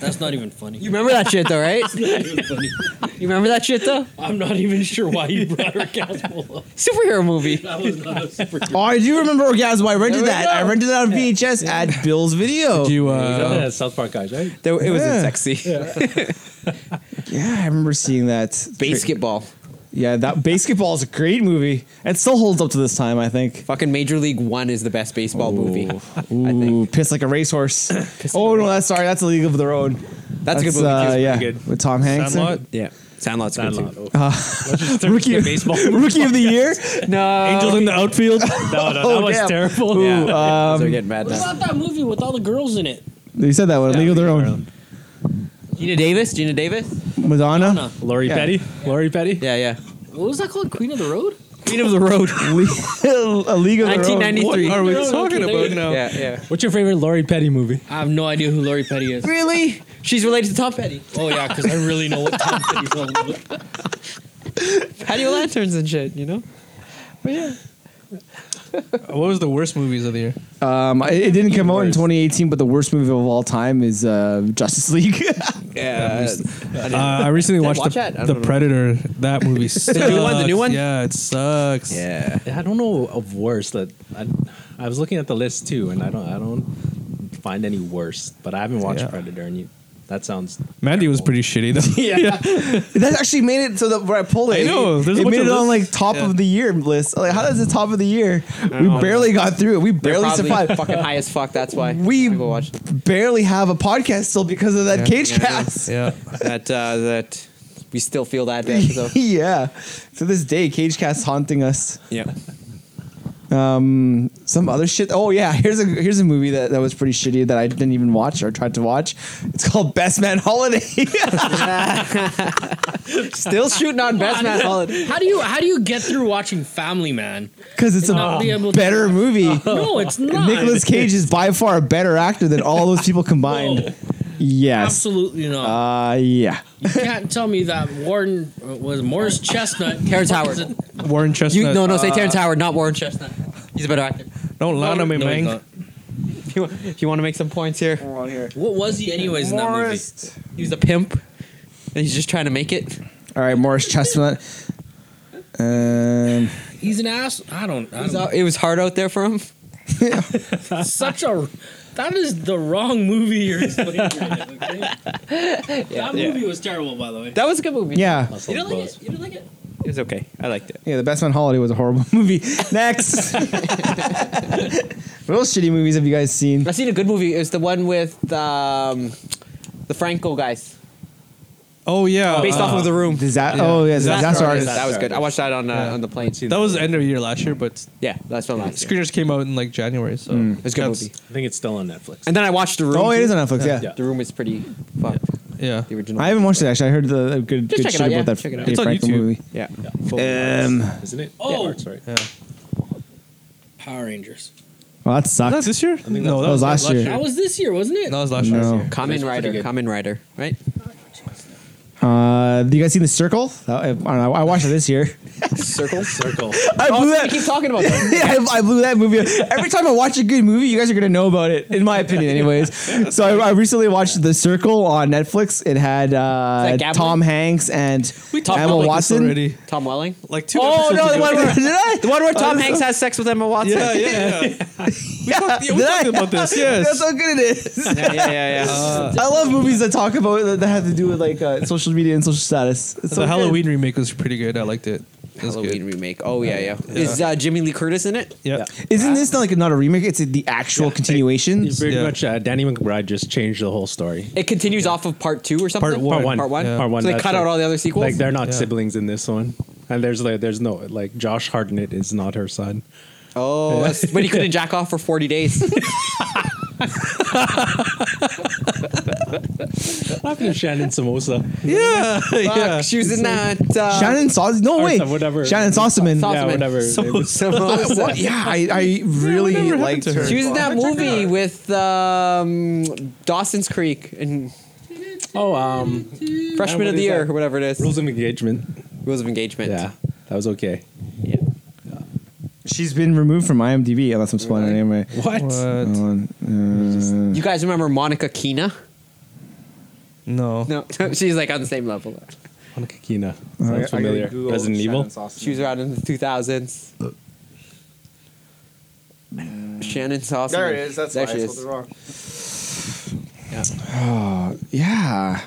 [SPEAKER 4] That's not even funny.
[SPEAKER 2] You remember that shit though, right? you remember that shit though?
[SPEAKER 4] I'm not even sure why you brought Orgasmo up.
[SPEAKER 2] Superhero movie.
[SPEAKER 4] That was not a super.
[SPEAKER 1] Oh, I do remember Orgasmo. I rented that. I rented that on VHS at Bill's Video.
[SPEAKER 3] Do you,
[SPEAKER 7] Is that
[SPEAKER 3] uh,
[SPEAKER 7] the South Park guys, right?
[SPEAKER 2] That- it wasn't
[SPEAKER 1] Yeah.
[SPEAKER 2] sexy.
[SPEAKER 1] yeah, I remember seeing that.
[SPEAKER 2] Basketball.
[SPEAKER 1] Yeah, that Basketball is a great movie. It still holds up to this time, I think.
[SPEAKER 2] Fucking Major League One is the best baseball movie.
[SPEAKER 1] Ooh, piss like a racehorse. oh no, that's sorry. That's a League of Their Own.
[SPEAKER 2] That's, a good movie
[SPEAKER 1] Uh,
[SPEAKER 2] too.
[SPEAKER 1] yeah,
[SPEAKER 7] good.
[SPEAKER 1] with Tom Hanks. in it.
[SPEAKER 3] Sandlot?
[SPEAKER 2] Yeah. Sandlot's good
[SPEAKER 7] Sandlot.
[SPEAKER 2] too.
[SPEAKER 7] Oh.
[SPEAKER 1] Rookie, rookie of the year.
[SPEAKER 2] No.
[SPEAKER 3] Angels in the outfield.
[SPEAKER 7] No, no, that
[SPEAKER 1] Oh,
[SPEAKER 7] was
[SPEAKER 1] damn.
[SPEAKER 7] terrible.
[SPEAKER 2] Yeah.
[SPEAKER 1] Ooh, um,
[SPEAKER 2] Those are getting bad
[SPEAKER 4] What
[SPEAKER 2] now.
[SPEAKER 4] about that movie with all the girls in it?
[SPEAKER 1] They said that one. League of Their Own.
[SPEAKER 2] Gina Davis. Gina Davis.
[SPEAKER 1] Madonna.
[SPEAKER 7] Lori
[SPEAKER 1] Yeah.
[SPEAKER 7] Petty. Lori Petty.
[SPEAKER 2] Yeah, yeah.
[SPEAKER 4] What was that called? Queen of the Road?
[SPEAKER 2] Queen of the Road.
[SPEAKER 1] a League of Their Own.
[SPEAKER 2] 1993.
[SPEAKER 3] What are we
[SPEAKER 4] No,
[SPEAKER 3] talking
[SPEAKER 4] okay,
[SPEAKER 3] about
[SPEAKER 4] they-
[SPEAKER 3] now?
[SPEAKER 2] Yeah, yeah.
[SPEAKER 7] What's your favorite Lori Petty movie?
[SPEAKER 4] I have no idea who Lori Petty is.
[SPEAKER 2] Really? She's related to Tom Petty.
[SPEAKER 4] Oh yeah, because I really know what Tom Petty's all about.
[SPEAKER 2] Patty with lanterns and shit. You know.
[SPEAKER 3] What was the worst movies of the year?
[SPEAKER 1] Um, it, it didn't come out in 2018, but the worst movie of all time is uh, Justice League.
[SPEAKER 2] Yeah.
[SPEAKER 3] Uh, I recently
[SPEAKER 2] Did I
[SPEAKER 3] watched
[SPEAKER 2] watch
[SPEAKER 3] the,
[SPEAKER 2] that? I
[SPEAKER 3] the
[SPEAKER 2] don't know.
[SPEAKER 3] Predator. That movie sucks.
[SPEAKER 2] new one? The new one?
[SPEAKER 3] Yeah, it sucks.
[SPEAKER 2] yeah.
[SPEAKER 7] I don't know of worse. That I, I was looking at the list too, and I don't, I don't find any worse. But I haven't watched
[SPEAKER 3] Yeah.
[SPEAKER 7] Predator, and you, that sounds.
[SPEAKER 3] Mandy was pretty shitty though.
[SPEAKER 7] yeah.
[SPEAKER 1] that actually made it so that when I pulled it,
[SPEAKER 3] I know,
[SPEAKER 1] it,
[SPEAKER 3] there's a
[SPEAKER 1] it
[SPEAKER 3] bunch
[SPEAKER 1] made
[SPEAKER 3] of
[SPEAKER 1] it on like
[SPEAKER 3] lists.
[SPEAKER 1] top
[SPEAKER 3] Yeah.
[SPEAKER 1] of the year list. Like, how does it top of the year? We barely got through it. We barely survived.
[SPEAKER 2] fucking high as fuck. That's why
[SPEAKER 1] We-
[SPEAKER 2] people watch
[SPEAKER 1] barely have a podcast still because of that
[SPEAKER 3] Yeah.
[SPEAKER 1] cage
[SPEAKER 2] Yeah.
[SPEAKER 1] cast.
[SPEAKER 3] yeah.
[SPEAKER 2] that. Uh, that we still feel that.
[SPEAKER 1] Yeah.
[SPEAKER 2] Day, so.
[SPEAKER 1] To this day, cage cast haunting us.
[SPEAKER 2] Yeah.
[SPEAKER 1] Um, some other shit. Oh yeah, here's a here's a movie that, that was pretty shitty that I didn't even watch or tried to watch. It's called Best Man Holiday.
[SPEAKER 2] Still shooting on Best Man Holiday.
[SPEAKER 4] How do you how do you get through watching Family Man?
[SPEAKER 1] Because it's
[SPEAKER 4] not be
[SPEAKER 1] a
[SPEAKER 4] able to-
[SPEAKER 1] better movie.
[SPEAKER 4] No, it's not.
[SPEAKER 1] Nicolas Cage is by far a better actor than all those people combined.
[SPEAKER 4] No,
[SPEAKER 1] Yes.
[SPEAKER 4] absolutely not.
[SPEAKER 1] Uh, yeah.
[SPEAKER 4] you can't tell me that Warden uh, was Morris Chestnut.
[SPEAKER 2] Terrence
[SPEAKER 4] What is
[SPEAKER 2] Howard.
[SPEAKER 4] it?
[SPEAKER 3] Warren Chestnut.
[SPEAKER 2] You, no, no, say Terrence Howard, not Warren Chestnut. He's a better actor.
[SPEAKER 3] Don't lie to me,
[SPEAKER 4] No, he's
[SPEAKER 3] man.
[SPEAKER 4] not.
[SPEAKER 2] If you, if you want to make some points here,
[SPEAKER 4] What was he anyways in that movie?
[SPEAKER 2] he was a pimp, and he's just trying to make it.
[SPEAKER 1] All right, Morris Chestnut. Um,
[SPEAKER 4] He's an ass. I don't. I
[SPEAKER 2] It was,
[SPEAKER 4] don't
[SPEAKER 2] out- it was hard out there for him.
[SPEAKER 4] such a. That is the wrong movie you're explaining. right now, okay? that movie was terrible, by the way.
[SPEAKER 2] That was a good movie.
[SPEAKER 1] yeah.
[SPEAKER 4] You don't like it? You don't like it?
[SPEAKER 2] it was okay. I liked it.
[SPEAKER 1] Yeah, The Best Man Holiday was a horrible movie. Next. what else shitty movies have you guys seen?
[SPEAKER 2] I seen a good movie. It was the one with um, the Franco guys,
[SPEAKER 3] Oh yeah.
[SPEAKER 2] based
[SPEAKER 3] uh,
[SPEAKER 2] off of the room.
[SPEAKER 1] Disa- Oh, yeah, Disaster, Artist.
[SPEAKER 2] That was good. I watched that on uh, on the plane.
[SPEAKER 3] that was the end of year last year, but
[SPEAKER 2] Yeah, that's from last year.
[SPEAKER 3] screeners came out in like January, so
[SPEAKER 2] It was a good
[SPEAKER 3] that's-
[SPEAKER 2] movie.
[SPEAKER 7] I think it's still on Netflix.
[SPEAKER 2] And then I watched the room.
[SPEAKER 1] Oh, it
[SPEAKER 2] too.
[SPEAKER 1] is on Netflix, yeah.
[SPEAKER 7] Yeah.
[SPEAKER 2] The room is pretty fucked.
[SPEAKER 3] Yeah.
[SPEAKER 2] The original.
[SPEAKER 1] I haven't watched it, actually. I heard the the good, good
[SPEAKER 2] Just check it
[SPEAKER 1] shit
[SPEAKER 2] out, yeah.
[SPEAKER 1] about that
[SPEAKER 2] Check it out.
[SPEAKER 1] Dave
[SPEAKER 3] It's on
[SPEAKER 1] Franco
[SPEAKER 3] YouTube.
[SPEAKER 1] movie.
[SPEAKER 2] yeah.
[SPEAKER 7] yeah.
[SPEAKER 1] Um,
[SPEAKER 7] isn't it?
[SPEAKER 4] Oh.
[SPEAKER 7] Parks, right?
[SPEAKER 3] Yeah.
[SPEAKER 4] Power Rangers.
[SPEAKER 1] well, that sucked.
[SPEAKER 3] Was that this year? no,
[SPEAKER 1] that was last year.
[SPEAKER 4] That was this year, wasn't it?
[SPEAKER 3] That was last year.
[SPEAKER 1] No.
[SPEAKER 2] Common Rider.
[SPEAKER 7] good.
[SPEAKER 2] Common Rider. Right.
[SPEAKER 1] Uh, you guys seen The Circle? That- I, I don't know. I watched it this year.
[SPEAKER 7] Circle. Circle.
[SPEAKER 1] I blew
[SPEAKER 2] We
[SPEAKER 1] that.
[SPEAKER 2] keep talking about that.
[SPEAKER 1] Oh, Yeah, I, I blew that movie. Every time I watch a good movie, you guys are gonna know about it, in my opinion, anyways. So I, I recently watched The Circle on Netflix. It had uh,
[SPEAKER 2] Is that Gablin?
[SPEAKER 1] Tom Hanks and
[SPEAKER 2] talked
[SPEAKER 1] Emma
[SPEAKER 2] about this
[SPEAKER 1] Watson.
[SPEAKER 3] Already.
[SPEAKER 2] Tom Welling.
[SPEAKER 3] Like two.
[SPEAKER 2] Oh
[SPEAKER 3] episodes
[SPEAKER 2] no, the
[SPEAKER 3] ago.
[SPEAKER 2] one where
[SPEAKER 1] Did I?
[SPEAKER 2] the one where Tom Hanks has sex with Emma Watson.
[SPEAKER 3] Yeah, yeah, yeah. we talked, yeah, we
[SPEAKER 1] Did
[SPEAKER 3] talked
[SPEAKER 1] I?
[SPEAKER 3] about this. Yes.
[SPEAKER 1] That's how good it is.
[SPEAKER 2] yeah, yeah, yeah. yeah.
[SPEAKER 1] I love movies that talk about that have to do with like uh, social media and social status. It's
[SPEAKER 3] the
[SPEAKER 1] so good.
[SPEAKER 3] Halloween remake was pretty good. I liked it. was
[SPEAKER 2] Halloween
[SPEAKER 3] good.
[SPEAKER 2] remake. Oh yeah, yeah. Is uh, Jimmy Lee Curtis in it?
[SPEAKER 3] Yeah.
[SPEAKER 1] Isn't this not like not a remake? It's the actual continuation.
[SPEAKER 7] It's pretty
[SPEAKER 3] Yeah.
[SPEAKER 7] much uh, Danny McBride just changed the whole story.
[SPEAKER 2] It continues off of part two or something.
[SPEAKER 7] Part one.
[SPEAKER 2] Part one.
[SPEAKER 7] Yeah. Part one,
[SPEAKER 2] So they
[SPEAKER 7] that's
[SPEAKER 2] cut out
[SPEAKER 7] it.
[SPEAKER 2] all the other sequels.
[SPEAKER 7] Like they're not
[SPEAKER 3] Yeah.
[SPEAKER 7] siblings in this one, and there's like there's no like Josh Hartnett is not her son.
[SPEAKER 2] oh, that's- but he couldn't jack off for forty days.
[SPEAKER 7] What happened to Shannon Samosa?
[SPEAKER 3] Yeah. yeah.
[SPEAKER 2] Fuck, she was in that. Uh,
[SPEAKER 1] Shannon Saw no
[SPEAKER 7] Or
[SPEAKER 1] way.
[SPEAKER 7] some- whatever.
[SPEAKER 1] Oh, Shannon Sossaman.
[SPEAKER 2] Saw-
[SPEAKER 7] yeah,
[SPEAKER 2] Osman.
[SPEAKER 7] whatever.
[SPEAKER 2] Samosa.
[SPEAKER 1] What? Yeah, I, I really
[SPEAKER 3] whatever happened
[SPEAKER 1] liked
[SPEAKER 3] to her?
[SPEAKER 1] her.
[SPEAKER 2] She was in that movie with um, Dawson's Creek and
[SPEAKER 7] Oh, um,
[SPEAKER 2] Freshman
[SPEAKER 7] what
[SPEAKER 2] of the
[SPEAKER 7] is
[SPEAKER 2] Year
[SPEAKER 7] that?
[SPEAKER 2] or whatever it is.
[SPEAKER 7] Rules of Engagement.
[SPEAKER 2] Rules of Engagement.
[SPEAKER 7] Yeah, that was okay.
[SPEAKER 2] Yeah.
[SPEAKER 1] She's been removed from IMDb unless I'm spoiling it anyway.
[SPEAKER 7] What?
[SPEAKER 3] What?
[SPEAKER 1] Hold on, uh,
[SPEAKER 2] You guys remember Monica Keena?
[SPEAKER 3] No.
[SPEAKER 2] No, she's like on the same level.
[SPEAKER 7] Monica Keena.
[SPEAKER 1] all right,
[SPEAKER 7] Sounds
[SPEAKER 1] I gotta
[SPEAKER 7] familiar.
[SPEAKER 1] Google
[SPEAKER 7] Resident
[SPEAKER 1] Shannon
[SPEAKER 7] Evil.
[SPEAKER 1] Sossaman.
[SPEAKER 2] She was around in the 2000s. Shannon Sauce. there she is.
[SPEAKER 1] wrong. yeah.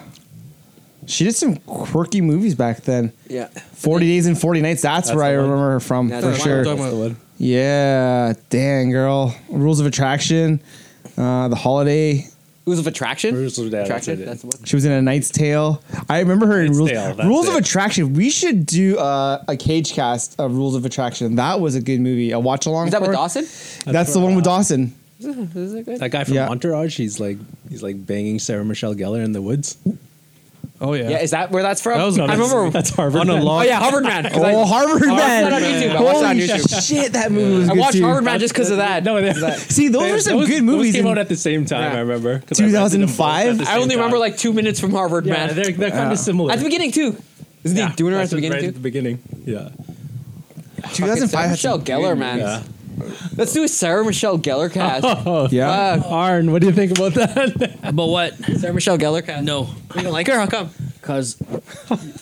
[SPEAKER 1] She did some quirky movies back then.
[SPEAKER 2] Yeah.
[SPEAKER 1] 40 Days and 40 Nights, that's, where I
[SPEAKER 7] the one.
[SPEAKER 1] remember her from
[SPEAKER 2] That's
[SPEAKER 1] for
[SPEAKER 2] the one.
[SPEAKER 1] sure.
[SPEAKER 3] Talking about-
[SPEAKER 1] Yeah, dang girl. Rules of Attraction, uh, The Holiday.
[SPEAKER 2] Rules of Attraction.
[SPEAKER 7] Rules of- yeah, that's
[SPEAKER 2] Attraction.
[SPEAKER 7] it.
[SPEAKER 2] That's the one.
[SPEAKER 1] She was in A Knight's Tale. I remember her in
[SPEAKER 7] Knight's
[SPEAKER 1] Rules,
[SPEAKER 7] Tale, that's
[SPEAKER 1] Rules of
[SPEAKER 7] it.
[SPEAKER 1] Attraction. We should do uh, a cage cast of Rules of Attraction. That was a good movie. A watch along.
[SPEAKER 2] Is that with Dawson?
[SPEAKER 1] That's the one with Dawson.
[SPEAKER 2] Is that good?
[SPEAKER 7] That guy from
[SPEAKER 1] Yeah.
[SPEAKER 7] Entourage. He's like he's like banging Sarah Michelle Gellar in the woods.
[SPEAKER 3] Oh yeah.
[SPEAKER 2] Yeah. Is that where that's from?
[SPEAKER 3] That was
[SPEAKER 2] I
[SPEAKER 3] not-
[SPEAKER 2] remember.
[SPEAKER 7] That's Harvard.
[SPEAKER 3] On a
[SPEAKER 2] Oh
[SPEAKER 3] long.
[SPEAKER 2] yeah, Harvard Man. 'cause
[SPEAKER 1] Oh,
[SPEAKER 2] I-
[SPEAKER 1] Harvard
[SPEAKER 2] I watched
[SPEAKER 1] Man.
[SPEAKER 2] that on YouTube. I watched that on
[SPEAKER 1] Holy
[SPEAKER 2] YouTube.
[SPEAKER 1] shit, that movie was
[SPEAKER 2] I
[SPEAKER 1] good
[SPEAKER 2] watched
[SPEAKER 1] too.
[SPEAKER 2] Harvard Man just because of that.
[SPEAKER 7] No, they-
[SPEAKER 1] See, those are some
[SPEAKER 7] those-
[SPEAKER 1] good
[SPEAKER 7] those
[SPEAKER 1] movies.
[SPEAKER 7] Came
[SPEAKER 1] in-
[SPEAKER 7] out at the same time.
[SPEAKER 2] Yeah.
[SPEAKER 7] I remember. 'cause I rented them both at the
[SPEAKER 1] 2005?
[SPEAKER 7] same
[SPEAKER 2] I only
[SPEAKER 7] time.
[SPEAKER 2] remember like two minutes from Harvard
[SPEAKER 7] Yeah,
[SPEAKER 2] Man.
[SPEAKER 7] they're, they're kind of similar.
[SPEAKER 2] At the beginning too. Isn't he doing it right at the beginning
[SPEAKER 7] right
[SPEAKER 2] too?
[SPEAKER 7] At the beginning. Yeah.
[SPEAKER 2] Fucking
[SPEAKER 1] 2005
[SPEAKER 2] Sarah
[SPEAKER 1] had some
[SPEAKER 2] Michelle Gellar, man.
[SPEAKER 7] Yeah.
[SPEAKER 2] Let's do a Sarah Michelle Gellar cast.
[SPEAKER 1] Yeah.
[SPEAKER 2] Fuck.
[SPEAKER 7] Arn, what do you think about that?
[SPEAKER 4] But what?
[SPEAKER 2] Sarah Michelle Gellar cast.
[SPEAKER 4] No,
[SPEAKER 2] You don't like her? How come?
[SPEAKER 4] because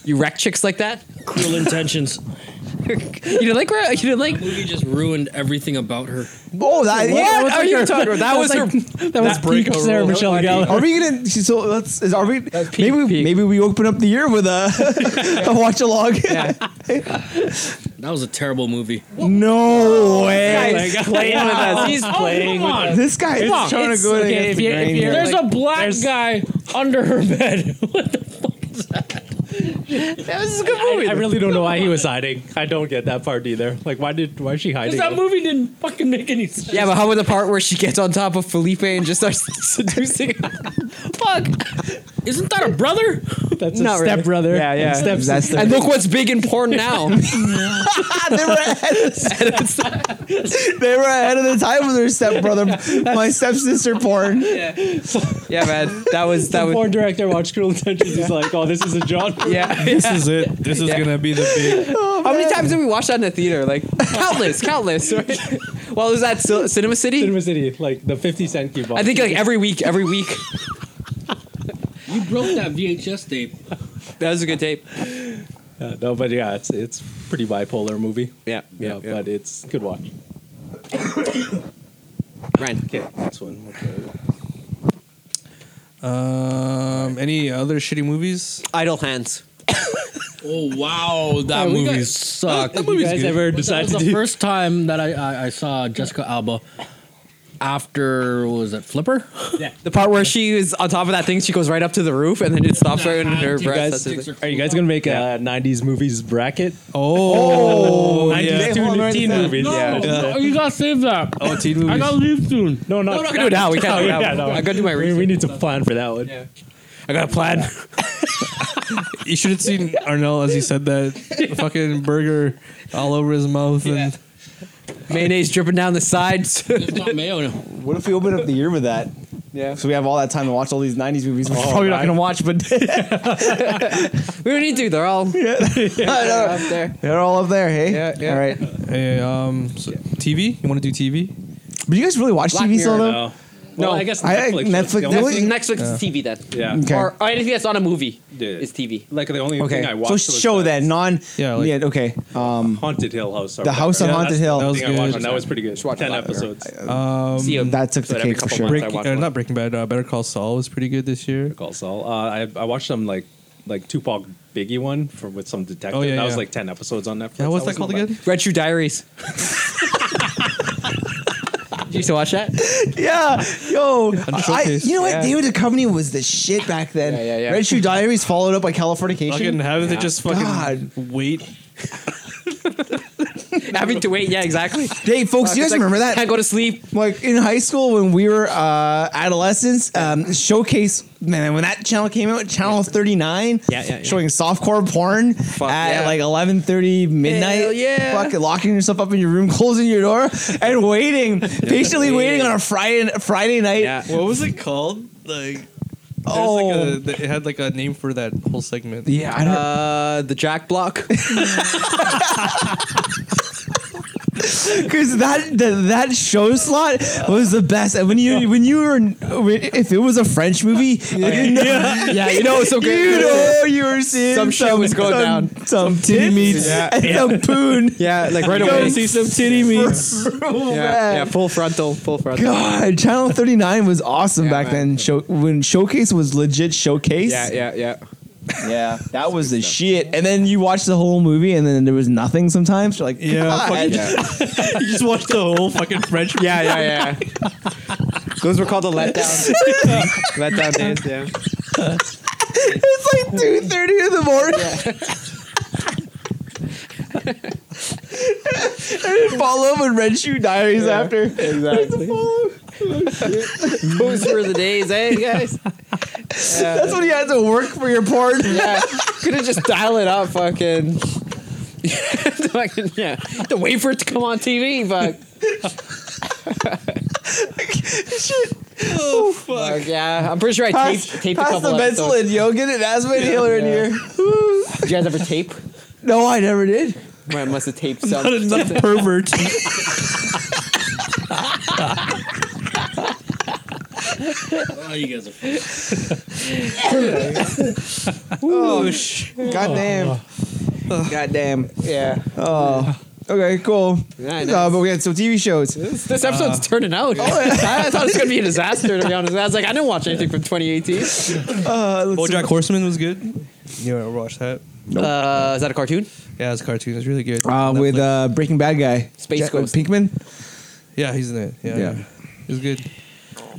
[SPEAKER 2] You wreck chicks like that?
[SPEAKER 4] cruel intentions.
[SPEAKER 2] you didn't like her? You didn't like?
[SPEAKER 4] That movie just ruined everything about her.
[SPEAKER 1] Oh, that,
[SPEAKER 2] What
[SPEAKER 1] yeah.
[SPEAKER 2] are you talking about? That was her.
[SPEAKER 7] that was peak Sarah Michelle Gellar.
[SPEAKER 1] Are we gonna? So let's. Is, are we? maybe we,
[SPEAKER 2] peak.
[SPEAKER 1] maybe we open up the year with a, a watch along.
[SPEAKER 4] That was a terrible movie.
[SPEAKER 1] no way.
[SPEAKER 2] Guys, playing with us. He's playing. with us.
[SPEAKER 1] This guy is trying to go
[SPEAKER 2] okay,
[SPEAKER 1] against
[SPEAKER 2] if
[SPEAKER 1] the
[SPEAKER 2] you- if
[SPEAKER 1] grain
[SPEAKER 2] you're-
[SPEAKER 1] here.
[SPEAKER 2] There's
[SPEAKER 4] a black guy under her bed. what the fuck is that?
[SPEAKER 2] That was a good movie.
[SPEAKER 7] I really don't know why he was hiding. I don't get that part either. Like, why did why is she hiding?
[SPEAKER 4] that movie didn't fucking make any sense.
[SPEAKER 2] yeah, but how about the part where she gets on top of Felipe and just starts seducing him? Fuck.
[SPEAKER 4] Isn't that a brother?
[SPEAKER 7] That's
[SPEAKER 2] Not
[SPEAKER 7] a
[SPEAKER 2] really.
[SPEAKER 7] stepbrother. Yeah, yeah. Step
[SPEAKER 1] That's the-
[SPEAKER 2] And look what's big and porn now.
[SPEAKER 1] they were ahead of they were ahead of the time with their stepbrother, my stepsister porn.
[SPEAKER 2] yeah, man. That was that
[SPEAKER 7] the
[SPEAKER 2] was.
[SPEAKER 7] porn director watched Cruel Intentions. He's like, oh, this is a genre.
[SPEAKER 2] Yeah.
[SPEAKER 3] This is it. This is
[SPEAKER 2] Yeah.
[SPEAKER 3] gonna be the big.
[SPEAKER 2] How many times did we watch that in the theater? Like countless, countless. Right? Well, it was that Cin- Cinema City?
[SPEAKER 7] Cinema City, like the 50 cent coupon.
[SPEAKER 2] I think like every week, every week.
[SPEAKER 4] You broke that VHS tape.
[SPEAKER 2] That was a good tape.
[SPEAKER 7] Yeah, Uh, no, but yeah, it's it's pretty bipolar movie.
[SPEAKER 2] Yeah,
[SPEAKER 7] Yeah, but it's good watch.
[SPEAKER 2] Ryan,
[SPEAKER 7] Okay, next one. Okay.
[SPEAKER 3] Um, any other shitty movies?
[SPEAKER 2] Idle Hands.
[SPEAKER 4] Oh wow, that
[SPEAKER 7] we
[SPEAKER 4] movie
[SPEAKER 7] got-
[SPEAKER 4] sucked.
[SPEAKER 7] That you guys ever
[SPEAKER 4] That
[SPEAKER 7] decide
[SPEAKER 4] was
[SPEAKER 7] to
[SPEAKER 4] the
[SPEAKER 7] do?
[SPEAKER 4] first time that I, I, I saw Jessica Alba after what was it Flipper?
[SPEAKER 2] The part where she is on top of that thing, she goes right up to the roof and then it stops right under her breast. That's it.
[SPEAKER 7] Are you guys gonna make a 90s movies bracket?
[SPEAKER 3] Oh,
[SPEAKER 7] Oh, yeah.
[SPEAKER 1] Hold on,
[SPEAKER 7] teen
[SPEAKER 1] right
[SPEAKER 7] movies. Yeah.
[SPEAKER 4] No, Oh, you gotta save that.
[SPEAKER 3] Oh, teen
[SPEAKER 4] I
[SPEAKER 3] movies.
[SPEAKER 4] gotta leave soon.
[SPEAKER 7] No, no,
[SPEAKER 2] I'm not gonna do it now. We can't do it
[SPEAKER 7] Oh, yeah,
[SPEAKER 2] now.
[SPEAKER 7] no.
[SPEAKER 2] I gotta do my
[SPEAKER 7] We,
[SPEAKER 2] research.
[SPEAKER 7] we need to plan for that one.
[SPEAKER 3] I got a plan. you should have seen Arnell as he said that fucking burger all over his mouth and
[SPEAKER 2] Mayonnaise dripping down the sides.
[SPEAKER 4] It's not mayo. No.
[SPEAKER 1] What if we open up the year with that?
[SPEAKER 2] yeah. Oh,
[SPEAKER 1] So we have all that time to watch all these '90s movies. We're probably Oh, not gonna watch, but
[SPEAKER 2] We don't need to. They're all they're up there.
[SPEAKER 1] they're all up there. Hey,
[SPEAKER 2] Yeah, yeah.
[SPEAKER 1] all right.
[SPEAKER 3] Hey, um, so TV. You want to do TV?
[SPEAKER 1] But you guys really watch
[SPEAKER 2] Black
[SPEAKER 1] TV still
[SPEAKER 2] Mirror,
[SPEAKER 1] though?
[SPEAKER 2] No.
[SPEAKER 7] No, I guess
[SPEAKER 1] I like
[SPEAKER 7] Netflix. was the
[SPEAKER 1] Netflix-
[SPEAKER 7] only-
[SPEAKER 1] Really?
[SPEAKER 2] Netflix is TV then.
[SPEAKER 7] Yeah.
[SPEAKER 1] Okay.
[SPEAKER 2] Or, or anything that's on a movie
[SPEAKER 7] Yeah.
[SPEAKER 2] is TV.
[SPEAKER 7] Like the only
[SPEAKER 1] Okay,
[SPEAKER 7] thing I
[SPEAKER 1] so
[SPEAKER 7] watched. was
[SPEAKER 1] show
[SPEAKER 7] the
[SPEAKER 1] then non.
[SPEAKER 3] Yeah, like-
[SPEAKER 1] yeah. Okay. Um,
[SPEAKER 7] Haunted Hill House. or
[SPEAKER 1] The House on
[SPEAKER 7] whatever.
[SPEAKER 1] Haunted Hill.
[SPEAKER 7] That
[SPEAKER 3] That
[SPEAKER 7] was thing
[SPEAKER 3] was
[SPEAKER 7] I watched,
[SPEAKER 3] good.
[SPEAKER 7] and that was pretty good.
[SPEAKER 2] Just watch it
[SPEAKER 7] Ten
[SPEAKER 2] live there.
[SPEAKER 7] episodes.
[SPEAKER 3] Uh,
[SPEAKER 2] See you.
[SPEAKER 1] that took
[SPEAKER 2] So
[SPEAKER 1] the
[SPEAKER 2] every
[SPEAKER 1] cake for
[SPEAKER 2] couple
[SPEAKER 1] sure.
[SPEAKER 2] months.
[SPEAKER 3] Break,
[SPEAKER 2] I watch
[SPEAKER 3] Um, uh,
[SPEAKER 2] one.
[SPEAKER 3] not Breaking Bad. Uh, Better Call Saul was pretty good this year.
[SPEAKER 7] Call Saul. Uh, I I watched some like like Tupac Biggie one for with some detective.
[SPEAKER 3] Oh, yeah,
[SPEAKER 7] that was
[SPEAKER 3] yeah.
[SPEAKER 7] like ten episodes on Netflix.
[SPEAKER 3] Yeah, what's
[SPEAKER 7] I
[SPEAKER 3] that called
[SPEAKER 7] wasn't
[SPEAKER 3] again?
[SPEAKER 2] Read True Diaries. Did you still watch that?
[SPEAKER 1] Yeah, yo, I,
[SPEAKER 3] showcase.
[SPEAKER 1] you know what?
[SPEAKER 2] Yeah.
[SPEAKER 1] David Duchovny was the shit back then.
[SPEAKER 2] Yeah, yeah, yeah.
[SPEAKER 1] Red Shoe Diaries followed up by
[SPEAKER 3] Fucking
[SPEAKER 1] Californication.
[SPEAKER 3] how did they just fucking
[SPEAKER 1] God.
[SPEAKER 3] wait?
[SPEAKER 2] Having to wait. Yeah, exactly.
[SPEAKER 1] Hey, folks, you guys remember that?
[SPEAKER 2] Can't go to sleep.
[SPEAKER 1] like in high school when we were uh, adolescents, um, showcase man when that channel came out, channel thirty nine,
[SPEAKER 2] Yeah, yeah, yeah.
[SPEAKER 1] showing softcore porn at
[SPEAKER 2] yeah.
[SPEAKER 1] like eleven thirty midnight,
[SPEAKER 2] Hell yeah.
[SPEAKER 1] fucking locking yourself up in your room, closing your door, and waiting patiently waiting on a Friday Friday night.
[SPEAKER 2] Yeah.
[SPEAKER 3] What was it called? Like,
[SPEAKER 1] Oh.
[SPEAKER 3] there's like a, it had like a name for that whole segment.
[SPEAKER 1] Yeah, I don't.
[SPEAKER 2] Uh, the Jack Block.
[SPEAKER 1] Because that the, that show slot was the best. And when you when you were if it was a French movie, you know, yeah. you know so good. You know you were seeing
[SPEAKER 2] Some shit was going
[SPEAKER 1] some,
[SPEAKER 2] down.
[SPEAKER 1] Some titty meats and some poon.
[SPEAKER 2] Yeah, like right
[SPEAKER 1] Go
[SPEAKER 2] away.
[SPEAKER 1] see
[SPEAKER 2] some titty meats.
[SPEAKER 1] Oh,
[SPEAKER 2] Yeah,
[SPEAKER 1] man.
[SPEAKER 2] yeah, full frontal, full frontal.
[SPEAKER 1] God, Channel 39 was awesome back
[SPEAKER 2] man.
[SPEAKER 1] then. Show, when Showcase was legit Showcase.
[SPEAKER 2] Yeah, yeah, yeah.
[SPEAKER 1] yeah. That was the shit. And then you watch the whole movie and then there was nothing sometimes. You're like,
[SPEAKER 3] Yeah,
[SPEAKER 1] God.
[SPEAKER 3] You just watched the whole fucking French.
[SPEAKER 2] Yeah, yeah, yeah. Those were called the letdown. letdown days, yeah.
[SPEAKER 1] It's like two thirty in the morning. and then follow up with Red Shoe Diaries after.
[SPEAKER 2] Exactly. Those were the days, eh, guys?
[SPEAKER 1] That's when you had to work for your porn.
[SPEAKER 2] Yeah. Could have just dial it up, fucking. Fucking, yeah. To wait for it to come on TV, but.
[SPEAKER 1] Oh, fuck.
[SPEAKER 2] Fuck, yeah, I'm pretty sure I
[SPEAKER 1] Pass,
[SPEAKER 2] taped, taped a
[SPEAKER 1] pass
[SPEAKER 2] couple
[SPEAKER 1] the
[SPEAKER 2] of
[SPEAKER 1] benzyl
[SPEAKER 2] episodes.
[SPEAKER 1] and yoga and asthma inhaler in here.
[SPEAKER 2] Did you guys ever tape?
[SPEAKER 1] No, I never did.
[SPEAKER 2] I must have taped
[SPEAKER 3] Not
[SPEAKER 2] some.
[SPEAKER 3] enough pervert.
[SPEAKER 4] Oh, you guys are.
[SPEAKER 1] Oh, sh- goddamn. Goddamn.
[SPEAKER 2] Yeah,
[SPEAKER 1] Oh. Okay, cool.
[SPEAKER 2] Yeah, I know.
[SPEAKER 1] Uh, but we had some TV shows. Oh,
[SPEAKER 2] this, this episode's
[SPEAKER 3] Uh,
[SPEAKER 2] turning out. I, I thought it was gonna be a disaster. To be honest, I was like, I didn't watch anything from 2018.
[SPEAKER 1] Uh, let's
[SPEAKER 3] BoJack Horseman was good. You ever watched that?
[SPEAKER 2] Uh, is that a cartoon?
[SPEAKER 3] Yeah, it's a cartoon. It's really good.
[SPEAKER 1] uh, with
[SPEAKER 3] Netflix.
[SPEAKER 1] uh, Breaking Bad guy
[SPEAKER 2] Space
[SPEAKER 1] Jack-
[SPEAKER 2] Ghost.
[SPEAKER 1] Pinkman.
[SPEAKER 3] yeah, he's in it. Yeah,
[SPEAKER 1] yeah.
[SPEAKER 3] yeah. it's good.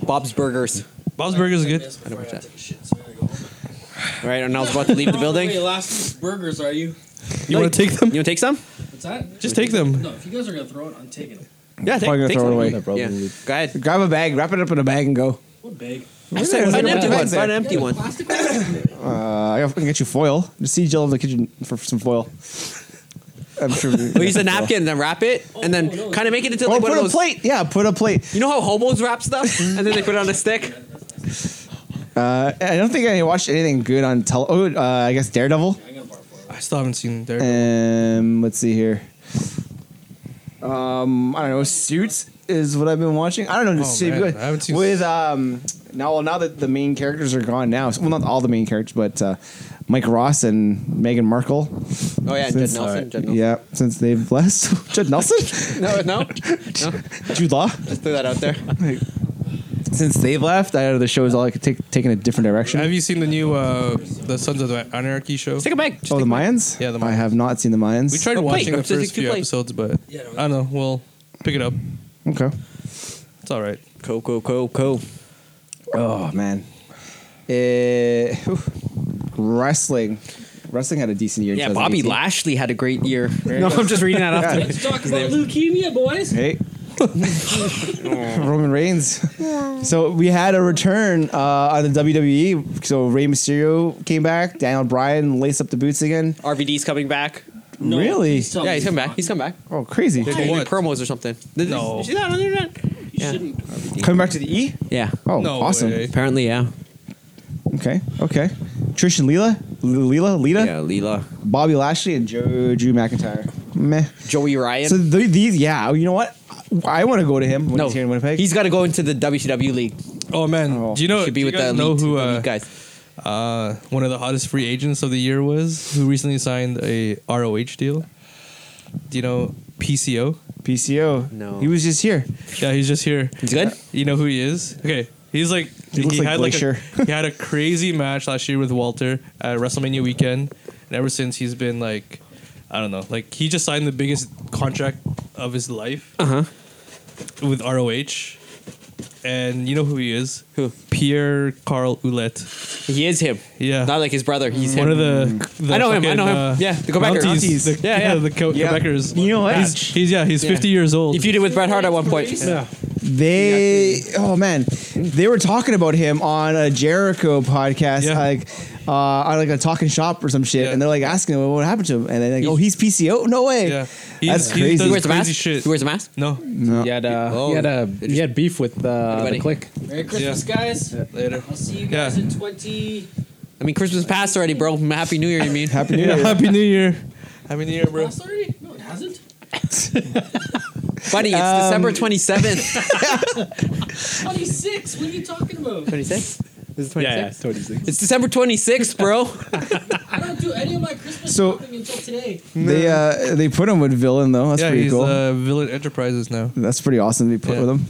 [SPEAKER 2] Bob's Burgers.
[SPEAKER 3] Bob's Burgers is good.
[SPEAKER 4] I don't
[SPEAKER 2] watch
[SPEAKER 4] that.
[SPEAKER 2] Right, and I was about to leave the building.
[SPEAKER 4] Wait,
[SPEAKER 2] You
[SPEAKER 4] last week's burgers, are you?
[SPEAKER 3] You want to take them?
[SPEAKER 2] wanna take some?
[SPEAKER 4] What's that?
[SPEAKER 3] Just take them.
[SPEAKER 4] No, if you guys are gonna throw it, I'm taking it.
[SPEAKER 2] Yeah, take,
[SPEAKER 1] Probably gonna
[SPEAKER 2] take
[SPEAKER 1] throw it
[SPEAKER 2] some.
[SPEAKER 1] away.
[SPEAKER 7] that problem.
[SPEAKER 2] Yeah. Go ahead.
[SPEAKER 1] Grab a bag, wrap it up in a bag, and go.
[SPEAKER 4] What bag?
[SPEAKER 2] I said,
[SPEAKER 1] there's
[SPEAKER 2] an
[SPEAKER 1] no
[SPEAKER 2] empty one.
[SPEAKER 1] bags there.
[SPEAKER 2] Find an empty one.
[SPEAKER 4] Plastic bag?
[SPEAKER 1] Uh, I can get you foil. Just see Jill in the kitchen for some foil. I'm sure.
[SPEAKER 2] We use a napkin, then wrap it, and then
[SPEAKER 4] Oh, no.
[SPEAKER 2] kind of make it into
[SPEAKER 1] Or
[SPEAKER 2] like one
[SPEAKER 1] put
[SPEAKER 2] of
[SPEAKER 1] a
[SPEAKER 2] those.
[SPEAKER 1] plate. Yeah, put a plate.
[SPEAKER 2] You know how hobos wrap stuff, and then they put it on a stick.
[SPEAKER 1] Uh, I don't think I watched anything good on tele. Oh, uh, I guess Daredevil.
[SPEAKER 4] I got a bar for it.
[SPEAKER 3] I still haven't seen there.
[SPEAKER 1] Um, let's see here. Um, I don't know. Suits is what I've been watching. I don't know.
[SPEAKER 3] Oh,
[SPEAKER 1] see,
[SPEAKER 3] man,
[SPEAKER 1] with-
[SPEAKER 3] I haven't seen-
[SPEAKER 1] with um now. Well, now that the main characters are gone now. Well, not all the main characters, but uh, Mike Ross and Meghan Markle.
[SPEAKER 2] Oh yeah, Judd
[SPEAKER 1] Since-
[SPEAKER 2] Nelson. Judd Nelson.
[SPEAKER 1] Yeah, since they've left. Judd Nelson,
[SPEAKER 2] No, no.
[SPEAKER 1] Jude Law.
[SPEAKER 2] Just threw that out there.
[SPEAKER 1] Since they've left, I know the show is all like take, taking a different direction.
[SPEAKER 3] Have you seen the new uh, the Sons of Anarchy show?
[SPEAKER 2] Take it back. Just
[SPEAKER 1] oh, the
[SPEAKER 2] take it back.
[SPEAKER 1] Mayans.
[SPEAKER 3] Yeah, the
[SPEAKER 1] I
[SPEAKER 3] Mayans.
[SPEAKER 1] have not seen the Mayans.
[SPEAKER 3] We tried
[SPEAKER 2] Oh, plate.
[SPEAKER 3] watching
[SPEAKER 2] I'm
[SPEAKER 3] the
[SPEAKER 2] just
[SPEAKER 3] first
[SPEAKER 2] thinking
[SPEAKER 3] few
[SPEAKER 2] plate.
[SPEAKER 3] episodes, but
[SPEAKER 4] Yeah, no,
[SPEAKER 2] Uh,
[SPEAKER 3] I don't know. We'll pick it up.
[SPEAKER 1] Okay.
[SPEAKER 3] It's all right.
[SPEAKER 2] Cool, cool, cool, cool.
[SPEAKER 1] Oh man. Eh, whew. wrestling. Wrestling had a decent year. in
[SPEAKER 2] Yeah, Bobby
[SPEAKER 1] 2018.
[SPEAKER 2] Lashley had a great year. No, I'm just reading that off.
[SPEAKER 4] Let's talk about leukemia, boys.
[SPEAKER 1] Hey. Roman Reigns. So we had a return uh, on the WWE. So Rey Mysterio came back. Daniel Bryan laced up the boots again.
[SPEAKER 2] RVD's coming back.
[SPEAKER 4] No,
[SPEAKER 1] Really?
[SPEAKER 4] he's telling
[SPEAKER 2] Yeah, he's
[SPEAKER 4] me
[SPEAKER 2] coming back. He's coming back.
[SPEAKER 1] Oh, crazy!
[SPEAKER 2] They're doing
[SPEAKER 3] What?
[SPEAKER 2] promos or something. Did you- did
[SPEAKER 3] No.
[SPEAKER 2] you see that on the internet?
[SPEAKER 4] not. You shouldn't.
[SPEAKER 1] Coming back to the E.
[SPEAKER 2] Yeah.
[SPEAKER 1] Oh,
[SPEAKER 3] No
[SPEAKER 1] awesome.
[SPEAKER 3] way.
[SPEAKER 2] Apparently, yeah.
[SPEAKER 1] Okay, okay. Trish and Lila, Lila, Lita,
[SPEAKER 2] Yeah, Leela.
[SPEAKER 1] Bobby Lashley, and Joe Drew McIntyre. Meh.
[SPEAKER 2] Joey Ryan.
[SPEAKER 1] So th- these, yeah. You know what? I want to go to him when he's here in Winnipeg.
[SPEAKER 2] He's got to go into the WCW league.
[SPEAKER 3] Oh man,
[SPEAKER 1] Oh.
[SPEAKER 3] do you know?
[SPEAKER 2] Should be
[SPEAKER 3] do you
[SPEAKER 2] with the
[SPEAKER 3] guys know
[SPEAKER 2] elite,
[SPEAKER 3] who
[SPEAKER 2] the
[SPEAKER 3] uh,
[SPEAKER 2] elite guys.
[SPEAKER 3] uh, one of the hottest free agents of the year was? Who recently signed a ROH deal? Do you know PCO?
[SPEAKER 1] PCO.
[SPEAKER 2] No.
[SPEAKER 1] he was just here.
[SPEAKER 3] Yeah, he's just here.
[SPEAKER 2] He's good.
[SPEAKER 3] You know who he is? Okay. He's like
[SPEAKER 1] He looks like
[SPEAKER 3] had a-
[SPEAKER 1] Glacier.
[SPEAKER 3] he had a crazy match last year with Walter at WrestleMania weekend. And ever since he's been like, I don't know, like he just signed the biggest contract of his life
[SPEAKER 2] Uh huh.
[SPEAKER 3] with ROH. And you know who he is?
[SPEAKER 2] Who?
[SPEAKER 3] Pierre Carl Ouellette.
[SPEAKER 2] He is him.
[SPEAKER 3] Yeah.
[SPEAKER 2] Not like his brother. He's
[SPEAKER 3] one
[SPEAKER 2] him.
[SPEAKER 3] of the, the
[SPEAKER 2] Mm. I know him, I
[SPEAKER 3] fucking, uh,
[SPEAKER 2] know him. Yeah, the Quebecers.
[SPEAKER 3] Mounties, the,
[SPEAKER 2] Yeah, yeah.
[SPEAKER 3] the Co-
[SPEAKER 2] Yeah.
[SPEAKER 3] Quebecers.
[SPEAKER 1] You know what?
[SPEAKER 3] He's, he's yeah, he's
[SPEAKER 2] Yeah.
[SPEAKER 3] 50 years old.
[SPEAKER 2] He feuded with Bret Hart at one point.
[SPEAKER 7] Yeah.
[SPEAKER 1] They oh man, they were talking about him on a Jericho podcast,
[SPEAKER 3] Yeah.
[SPEAKER 1] like uh, on like a talking shop or some shit,
[SPEAKER 3] Yeah.
[SPEAKER 1] and they're like asking him what happened to him, and they're like, oh, he's PCO, no way,
[SPEAKER 3] yeah.
[SPEAKER 1] that's
[SPEAKER 3] he does
[SPEAKER 1] crazy.
[SPEAKER 2] He wears a
[SPEAKER 3] crazy
[SPEAKER 2] mask.
[SPEAKER 3] shit.
[SPEAKER 2] He wears a mask.
[SPEAKER 3] no.
[SPEAKER 1] No.
[SPEAKER 7] He had, uh, he had, uh, he had beef with uh,
[SPEAKER 2] Everybody.
[SPEAKER 7] the click.
[SPEAKER 4] Merry Christmas, guys.
[SPEAKER 3] Later.
[SPEAKER 4] I'll see you
[SPEAKER 3] Yeah.
[SPEAKER 4] guys in 20.
[SPEAKER 2] I mean, Christmas passed already, bro. Happy New Year, you mean?
[SPEAKER 1] Happy New
[SPEAKER 3] Yeah,
[SPEAKER 1] Year.
[SPEAKER 3] Happy New Year. Happy New Year, bro.
[SPEAKER 4] Oh, sorry. No, it hasn't.
[SPEAKER 2] Buddy, it's December 27th.
[SPEAKER 4] 26. What are you talking about?
[SPEAKER 2] 26th? Is it 26th?
[SPEAKER 7] Yeah, yeah, totally.
[SPEAKER 2] It's December 26th, bro.
[SPEAKER 4] I don't do any of my Christmas
[SPEAKER 1] So-
[SPEAKER 4] shopping until today.
[SPEAKER 1] They uh, they put him with villain though. That's
[SPEAKER 3] yeah,
[SPEAKER 1] pretty
[SPEAKER 3] he's
[SPEAKER 1] cool.
[SPEAKER 3] uh, Villain Enterprises now.
[SPEAKER 1] that's pretty awesome. They put
[SPEAKER 3] yeah.
[SPEAKER 1] with him.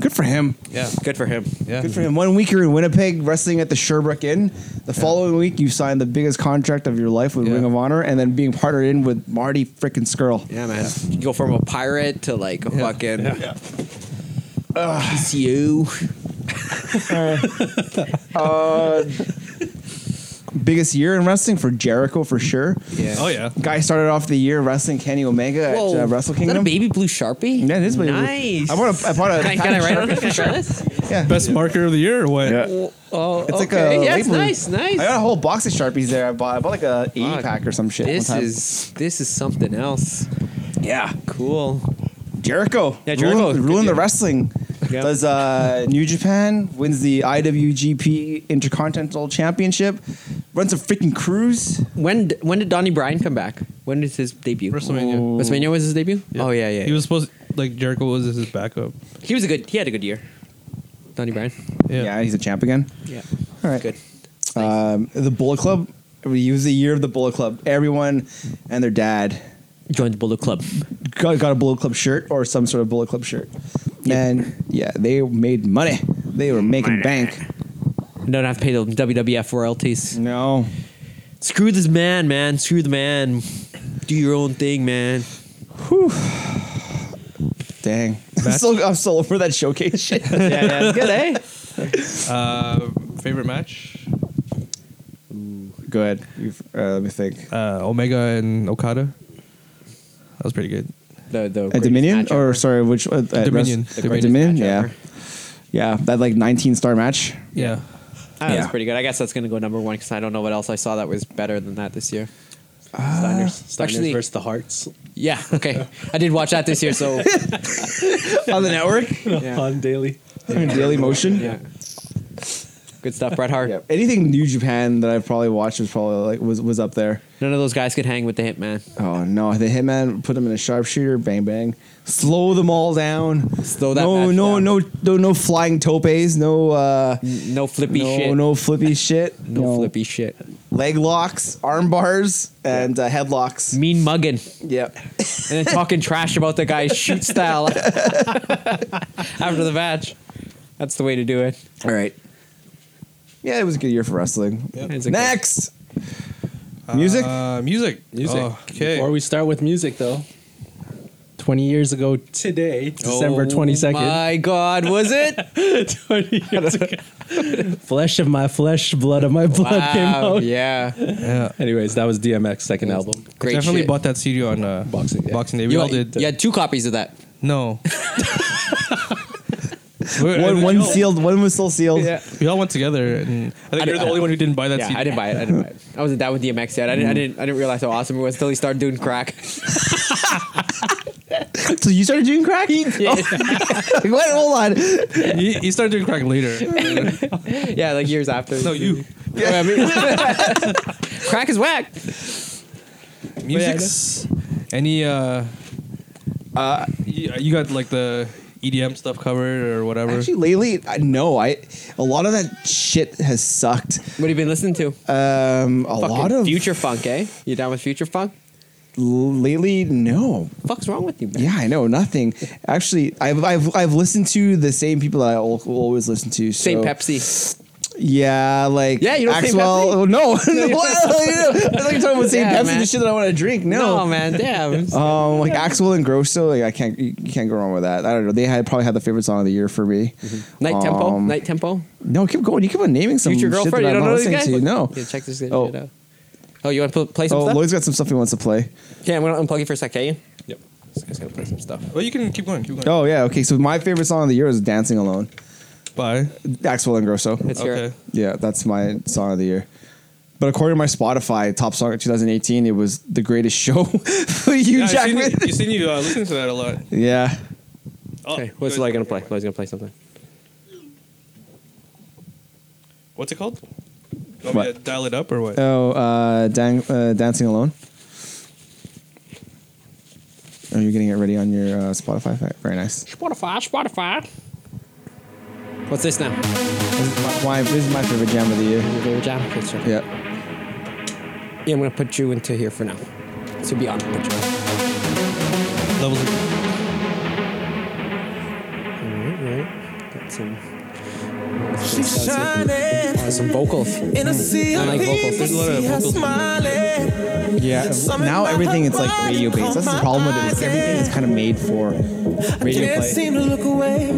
[SPEAKER 1] Good for him.
[SPEAKER 3] Yeah,
[SPEAKER 2] Good for him.
[SPEAKER 3] yeah.
[SPEAKER 1] Good for him. One week you're in Winnipeg wrestling at the Sherbrooke Inn. The following week you signed the biggest contract of your life with
[SPEAKER 3] Yeah.
[SPEAKER 1] Ring of Honor, and then being partnered in with Marty freaking Skrull.
[SPEAKER 2] Yeah, man. You go from a pirate to like a fucking PCU.
[SPEAKER 1] Biggest year in wrestling for Jericho for sure.
[SPEAKER 2] Yeah.
[SPEAKER 3] Oh yeah.
[SPEAKER 1] Guy started off the year wrestling Kenny Omega
[SPEAKER 2] Whoa.
[SPEAKER 1] at uh, Wrestle
[SPEAKER 2] Is that a
[SPEAKER 1] Kingdom.
[SPEAKER 2] baby blue sharpie?
[SPEAKER 1] Yeah, it is.
[SPEAKER 2] Nice.
[SPEAKER 1] I bought a. I bought a.
[SPEAKER 2] Can I, can I write it? Can I show this?
[SPEAKER 3] Best marker of the year or what?
[SPEAKER 1] Yeah.
[SPEAKER 2] Oh, oh,
[SPEAKER 1] It's like
[SPEAKER 2] okay.
[SPEAKER 1] a
[SPEAKER 2] yeah, it's
[SPEAKER 1] label.
[SPEAKER 2] nice, nice.
[SPEAKER 1] I got a whole box of sharpies there. I bought. I bought like a eighty
[SPEAKER 2] Fuck.
[SPEAKER 1] pack or some shit.
[SPEAKER 2] This
[SPEAKER 1] one time.
[SPEAKER 2] is this is something else.
[SPEAKER 1] yeah.
[SPEAKER 2] Cool.
[SPEAKER 1] Jericho.
[SPEAKER 2] Yeah, Jericho is
[SPEAKER 1] Ruling,
[SPEAKER 2] good
[SPEAKER 1] ruling the
[SPEAKER 2] dude.
[SPEAKER 1] wrestling.
[SPEAKER 2] Yeah.
[SPEAKER 1] Does uh, New Japan wins the IWGP Intercontinental Championship? Runs a freaking cruise.
[SPEAKER 2] When d- when did Donnie Bryan come back? When is his debut?
[SPEAKER 3] WrestleMania.
[SPEAKER 2] WrestleMania was his debut. Oh yeah, yeah.
[SPEAKER 3] He was supposed like Jericho was his backup.
[SPEAKER 2] he was a good. He had a good year. Donnie Bryan.
[SPEAKER 3] Yeah.
[SPEAKER 1] Yeah, he's a champ again.
[SPEAKER 2] Yeah.
[SPEAKER 1] All right.
[SPEAKER 2] Good.
[SPEAKER 1] Um, the Bullet Club. We was the year of the Bullet Club. Everyone and their dad
[SPEAKER 2] Joined the Bullet Club.
[SPEAKER 1] got, got a Bullet Club shirt or some sort of Bullet Club shirt. And yeah, they made money. They were making bank.
[SPEAKER 2] Don't have to pay the WWF royalties.
[SPEAKER 1] No.
[SPEAKER 2] Screw this man, man. Screw the man. Do your own thing, man.
[SPEAKER 1] Dang. I'm still, I'm still over that showcase shit. yeah, yeah. Good, eh?
[SPEAKER 3] Uh, favorite match?
[SPEAKER 1] Go ahead. You've, uh, let me think.
[SPEAKER 3] Uh, Omega and Okada. That was pretty good.
[SPEAKER 2] The the
[SPEAKER 1] At Dominion? Or, sorry, which? Uh, at
[SPEAKER 3] Dominion.
[SPEAKER 1] Rest-
[SPEAKER 3] The
[SPEAKER 1] at
[SPEAKER 3] greatest
[SPEAKER 1] Dominion?
[SPEAKER 2] match
[SPEAKER 1] Yeah.
[SPEAKER 2] ever.
[SPEAKER 1] Yeah, that like 19 star match.
[SPEAKER 3] Yeah.
[SPEAKER 2] that was
[SPEAKER 1] Yeah.
[SPEAKER 2] pretty good. I guess that's gonna go number one because I don't know what else I saw that was better than that this year.
[SPEAKER 7] Steiners, Steiners
[SPEAKER 2] actually-
[SPEAKER 7] versus the Hearts
[SPEAKER 2] Yeah. Okay. I did watch that this year, so
[SPEAKER 1] On the network?
[SPEAKER 7] on Daily.
[SPEAKER 1] Daily Motion?
[SPEAKER 2] yeah. Good stuff, Bret Hart.
[SPEAKER 1] Yeah. Anything New Japan that I've probably watched was probably like was was up there.
[SPEAKER 2] None of those guys could hang with the Hitman.
[SPEAKER 1] Oh no, the hitman put him in a sharpshooter, bang bang. Slow them all down.
[SPEAKER 2] Slow that
[SPEAKER 1] no,
[SPEAKER 2] match
[SPEAKER 1] no,
[SPEAKER 2] down.
[SPEAKER 1] no, no, no flying topes, no uh
[SPEAKER 2] No flippy
[SPEAKER 1] no,
[SPEAKER 2] shit.
[SPEAKER 1] no flippy shit.
[SPEAKER 2] No
[SPEAKER 1] you know,
[SPEAKER 2] flippy shit.
[SPEAKER 1] Leg locks, arm bars, and uh, headlocks.
[SPEAKER 2] Mean mugging
[SPEAKER 1] Yep.
[SPEAKER 2] and then talking trash about the guy's shoot style after the match. That's the way to do it.
[SPEAKER 1] All right. Yeah, it was a good year for wrestling.
[SPEAKER 2] It's a good-
[SPEAKER 1] Next. Music?
[SPEAKER 3] Uh, music.
[SPEAKER 7] Music.
[SPEAKER 3] okay.
[SPEAKER 7] Before we start with music, though, 20 years ago today, December
[SPEAKER 3] Oh
[SPEAKER 7] 22nd,
[SPEAKER 2] Oh My God, was it?
[SPEAKER 7] 20 years ago, Flesh of My Flesh, Blood of My Blood came
[SPEAKER 2] wow,
[SPEAKER 7] out.
[SPEAKER 2] yeah.
[SPEAKER 3] yeah.
[SPEAKER 7] Anyways, that was DMX second album.
[SPEAKER 2] Great
[SPEAKER 3] Definitely
[SPEAKER 2] shit.
[SPEAKER 3] bought that CD on uh,
[SPEAKER 7] Boxing Day.
[SPEAKER 3] Boxing Day. We
[SPEAKER 2] you,
[SPEAKER 3] all did.
[SPEAKER 2] you had two copies of that.
[SPEAKER 3] No. We-
[SPEAKER 1] one
[SPEAKER 3] we
[SPEAKER 1] one
[SPEAKER 3] all-
[SPEAKER 1] sealed, one was still sealed.
[SPEAKER 3] We all went together, and I think
[SPEAKER 2] I
[SPEAKER 3] you're
[SPEAKER 2] did-
[SPEAKER 3] the only one who didn't buy that
[SPEAKER 2] Yeah,
[SPEAKER 3] CD.
[SPEAKER 2] I didn't buy it. I didn't buy it. I wasn't down with DMX yet. I didn't. I didn't. I didn't realize how awesome it was until he started doing crack.
[SPEAKER 1] So you started doing crack? Like, Wait, hold on.
[SPEAKER 3] he, he started doing crack later.
[SPEAKER 2] yeah, like years after.
[SPEAKER 3] no, you.
[SPEAKER 2] You know what I mean? crack is whack.
[SPEAKER 3] Music's any uh, uh, you, you got like the EDM stuff covered or whatever.
[SPEAKER 1] Actually, lately, I, no, I a lot of that shit has sucked.
[SPEAKER 2] What have you been listening to?
[SPEAKER 1] Um, a
[SPEAKER 2] Fucking
[SPEAKER 1] lot of
[SPEAKER 2] future funk, eh? You down with future funk?
[SPEAKER 1] lately, no.
[SPEAKER 2] Fuck's wrong with you, man?
[SPEAKER 1] Yeah, I know nothing. Actually, I've I've, I've listened to the same people that I al- always listen to. So,
[SPEAKER 2] Same Pepsi.
[SPEAKER 1] Yeah, like
[SPEAKER 2] Yeah, you don't say
[SPEAKER 1] Axwell. oh, No, no, I thought you were talking about saying
[SPEAKER 2] Yeah,
[SPEAKER 1] Pepsi,
[SPEAKER 2] man.
[SPEAKER 1] the shit that I want to drink.
[SPEAKER 2] No,
[SPEAKER 1] No,
[SPEAKER 2] man, damn.
[SPEAKER 1] um, like Axwell and Grosso, like I can't, you you can't go wrong with that. I don't know. They had probably had the favorite song of the year for me.
[SPEAKER 2] Night tempo.
[SPEAKER 1] Um,
[SPEAKER 2] Night tempo.
[SPEAKER 1] No, keep going. You keep on naming some
[SPEAKER 2] Mm-hmm. Future
[SPEAKER 1] shit that
[SPEAKER 2] girlfriend. You
[SPEAKER 1] I'm
[SPEAKER 2] don't
[SPEAKER 1] not
[SPEAKER 2] know these
[SPEAKER 1] listening
[SPEAKER 2] guys.
[SPEAKER 1] to. No.
[SPEAKER 2] Yeah, check this
[SPEAKER 1] Oh.
[SPEAKER 2] shit out. Oh, you want to play some
[SPEAKER 1] Oh,
[SPEAKER 2] stuff?
[SPEAKER 1] Lloyd's got some stuff he wants to play.
[SPEAKER 2] Okay, I'm gonna unplug you for a sec. Can you?
[SPEAKER 7] Yep.
[SPEAKER 2] This guy's gonna play some stuff.
[SPEAKER 3] Well, you can keep going. Keep going.
[SPEAKER 1] Oh yeah, okay. So my favorite song of the year is "Dancing Alone,"
[SPEAKER 3] Bye.
[SPEAKER 1] Axwell and Grosso.
[SPEAKER 2] Let's hear it.
[SPEAKER 3] Okay.
[SPEAKER 1] Yeah, that's my song of the year. But according to my Spotify top song of 2018, it was "The Greatest Show" for Hugh
[SPEAKER 3] Yeah, I've seen
[SPEAKER 1] Jackman.
[SPEAKER 3] you, I've seen you uh, listen to that a lot.
[SPEAKER 1] Yeah.
[SPEAKER 3] Oh,
[SPEAKER 2] Okay, what's
[SPEAKER 3] good.
[SPEAKER 2] Lloyd gonna play? Lloyd's gonna play something.
[SPEAKER 3] What's it called? You Want me
[SPEAKER 1] What?
[SPEAKER 3] to dial it up or what?
[SPEAKER 1] Oh, uh, dang, uh, "Dancing Alone." Are you Oh, getting it ready on your uh, Spotify? Very nice.
[SPEAKER 4] Spotify, Spotify.
[SPEAKER 2] What's this now?
[SPEAKER 1] This is my, my- this is my favorite jam of the year.
[SPEAKER 2] Your favorite jam? Okay, sure. Yeah.
[SPEAKER 1] Yeah.
[SPEAKER 2] I'm gonna put you into here for now. So be on. Put you on.
[SPEAKER 3] Levels. of-
[SPEAKER 2] Got some. Oh, some vocals.
[SPEAKER 9] in a sea
[SPEAKER 2] I
[SPEAKER 9] of
[SPEAKER 2] like vocals.
[SPEAKER 9] people
[SPEAKER 2] There's a lot
[SPEAKER 3] of
[SPEAKER 9] see her
[SPEAKER 3] vocals.
[SPEAKER 9] smiling.
[SPEAKER 1] Yeah. Now everything is like radio based. That's the problem with it. Is everything is kind of made for radio
[SPEAKER 9] Can't
[SPEAKER 1] play.
[SPEAKER 9] seem to look away.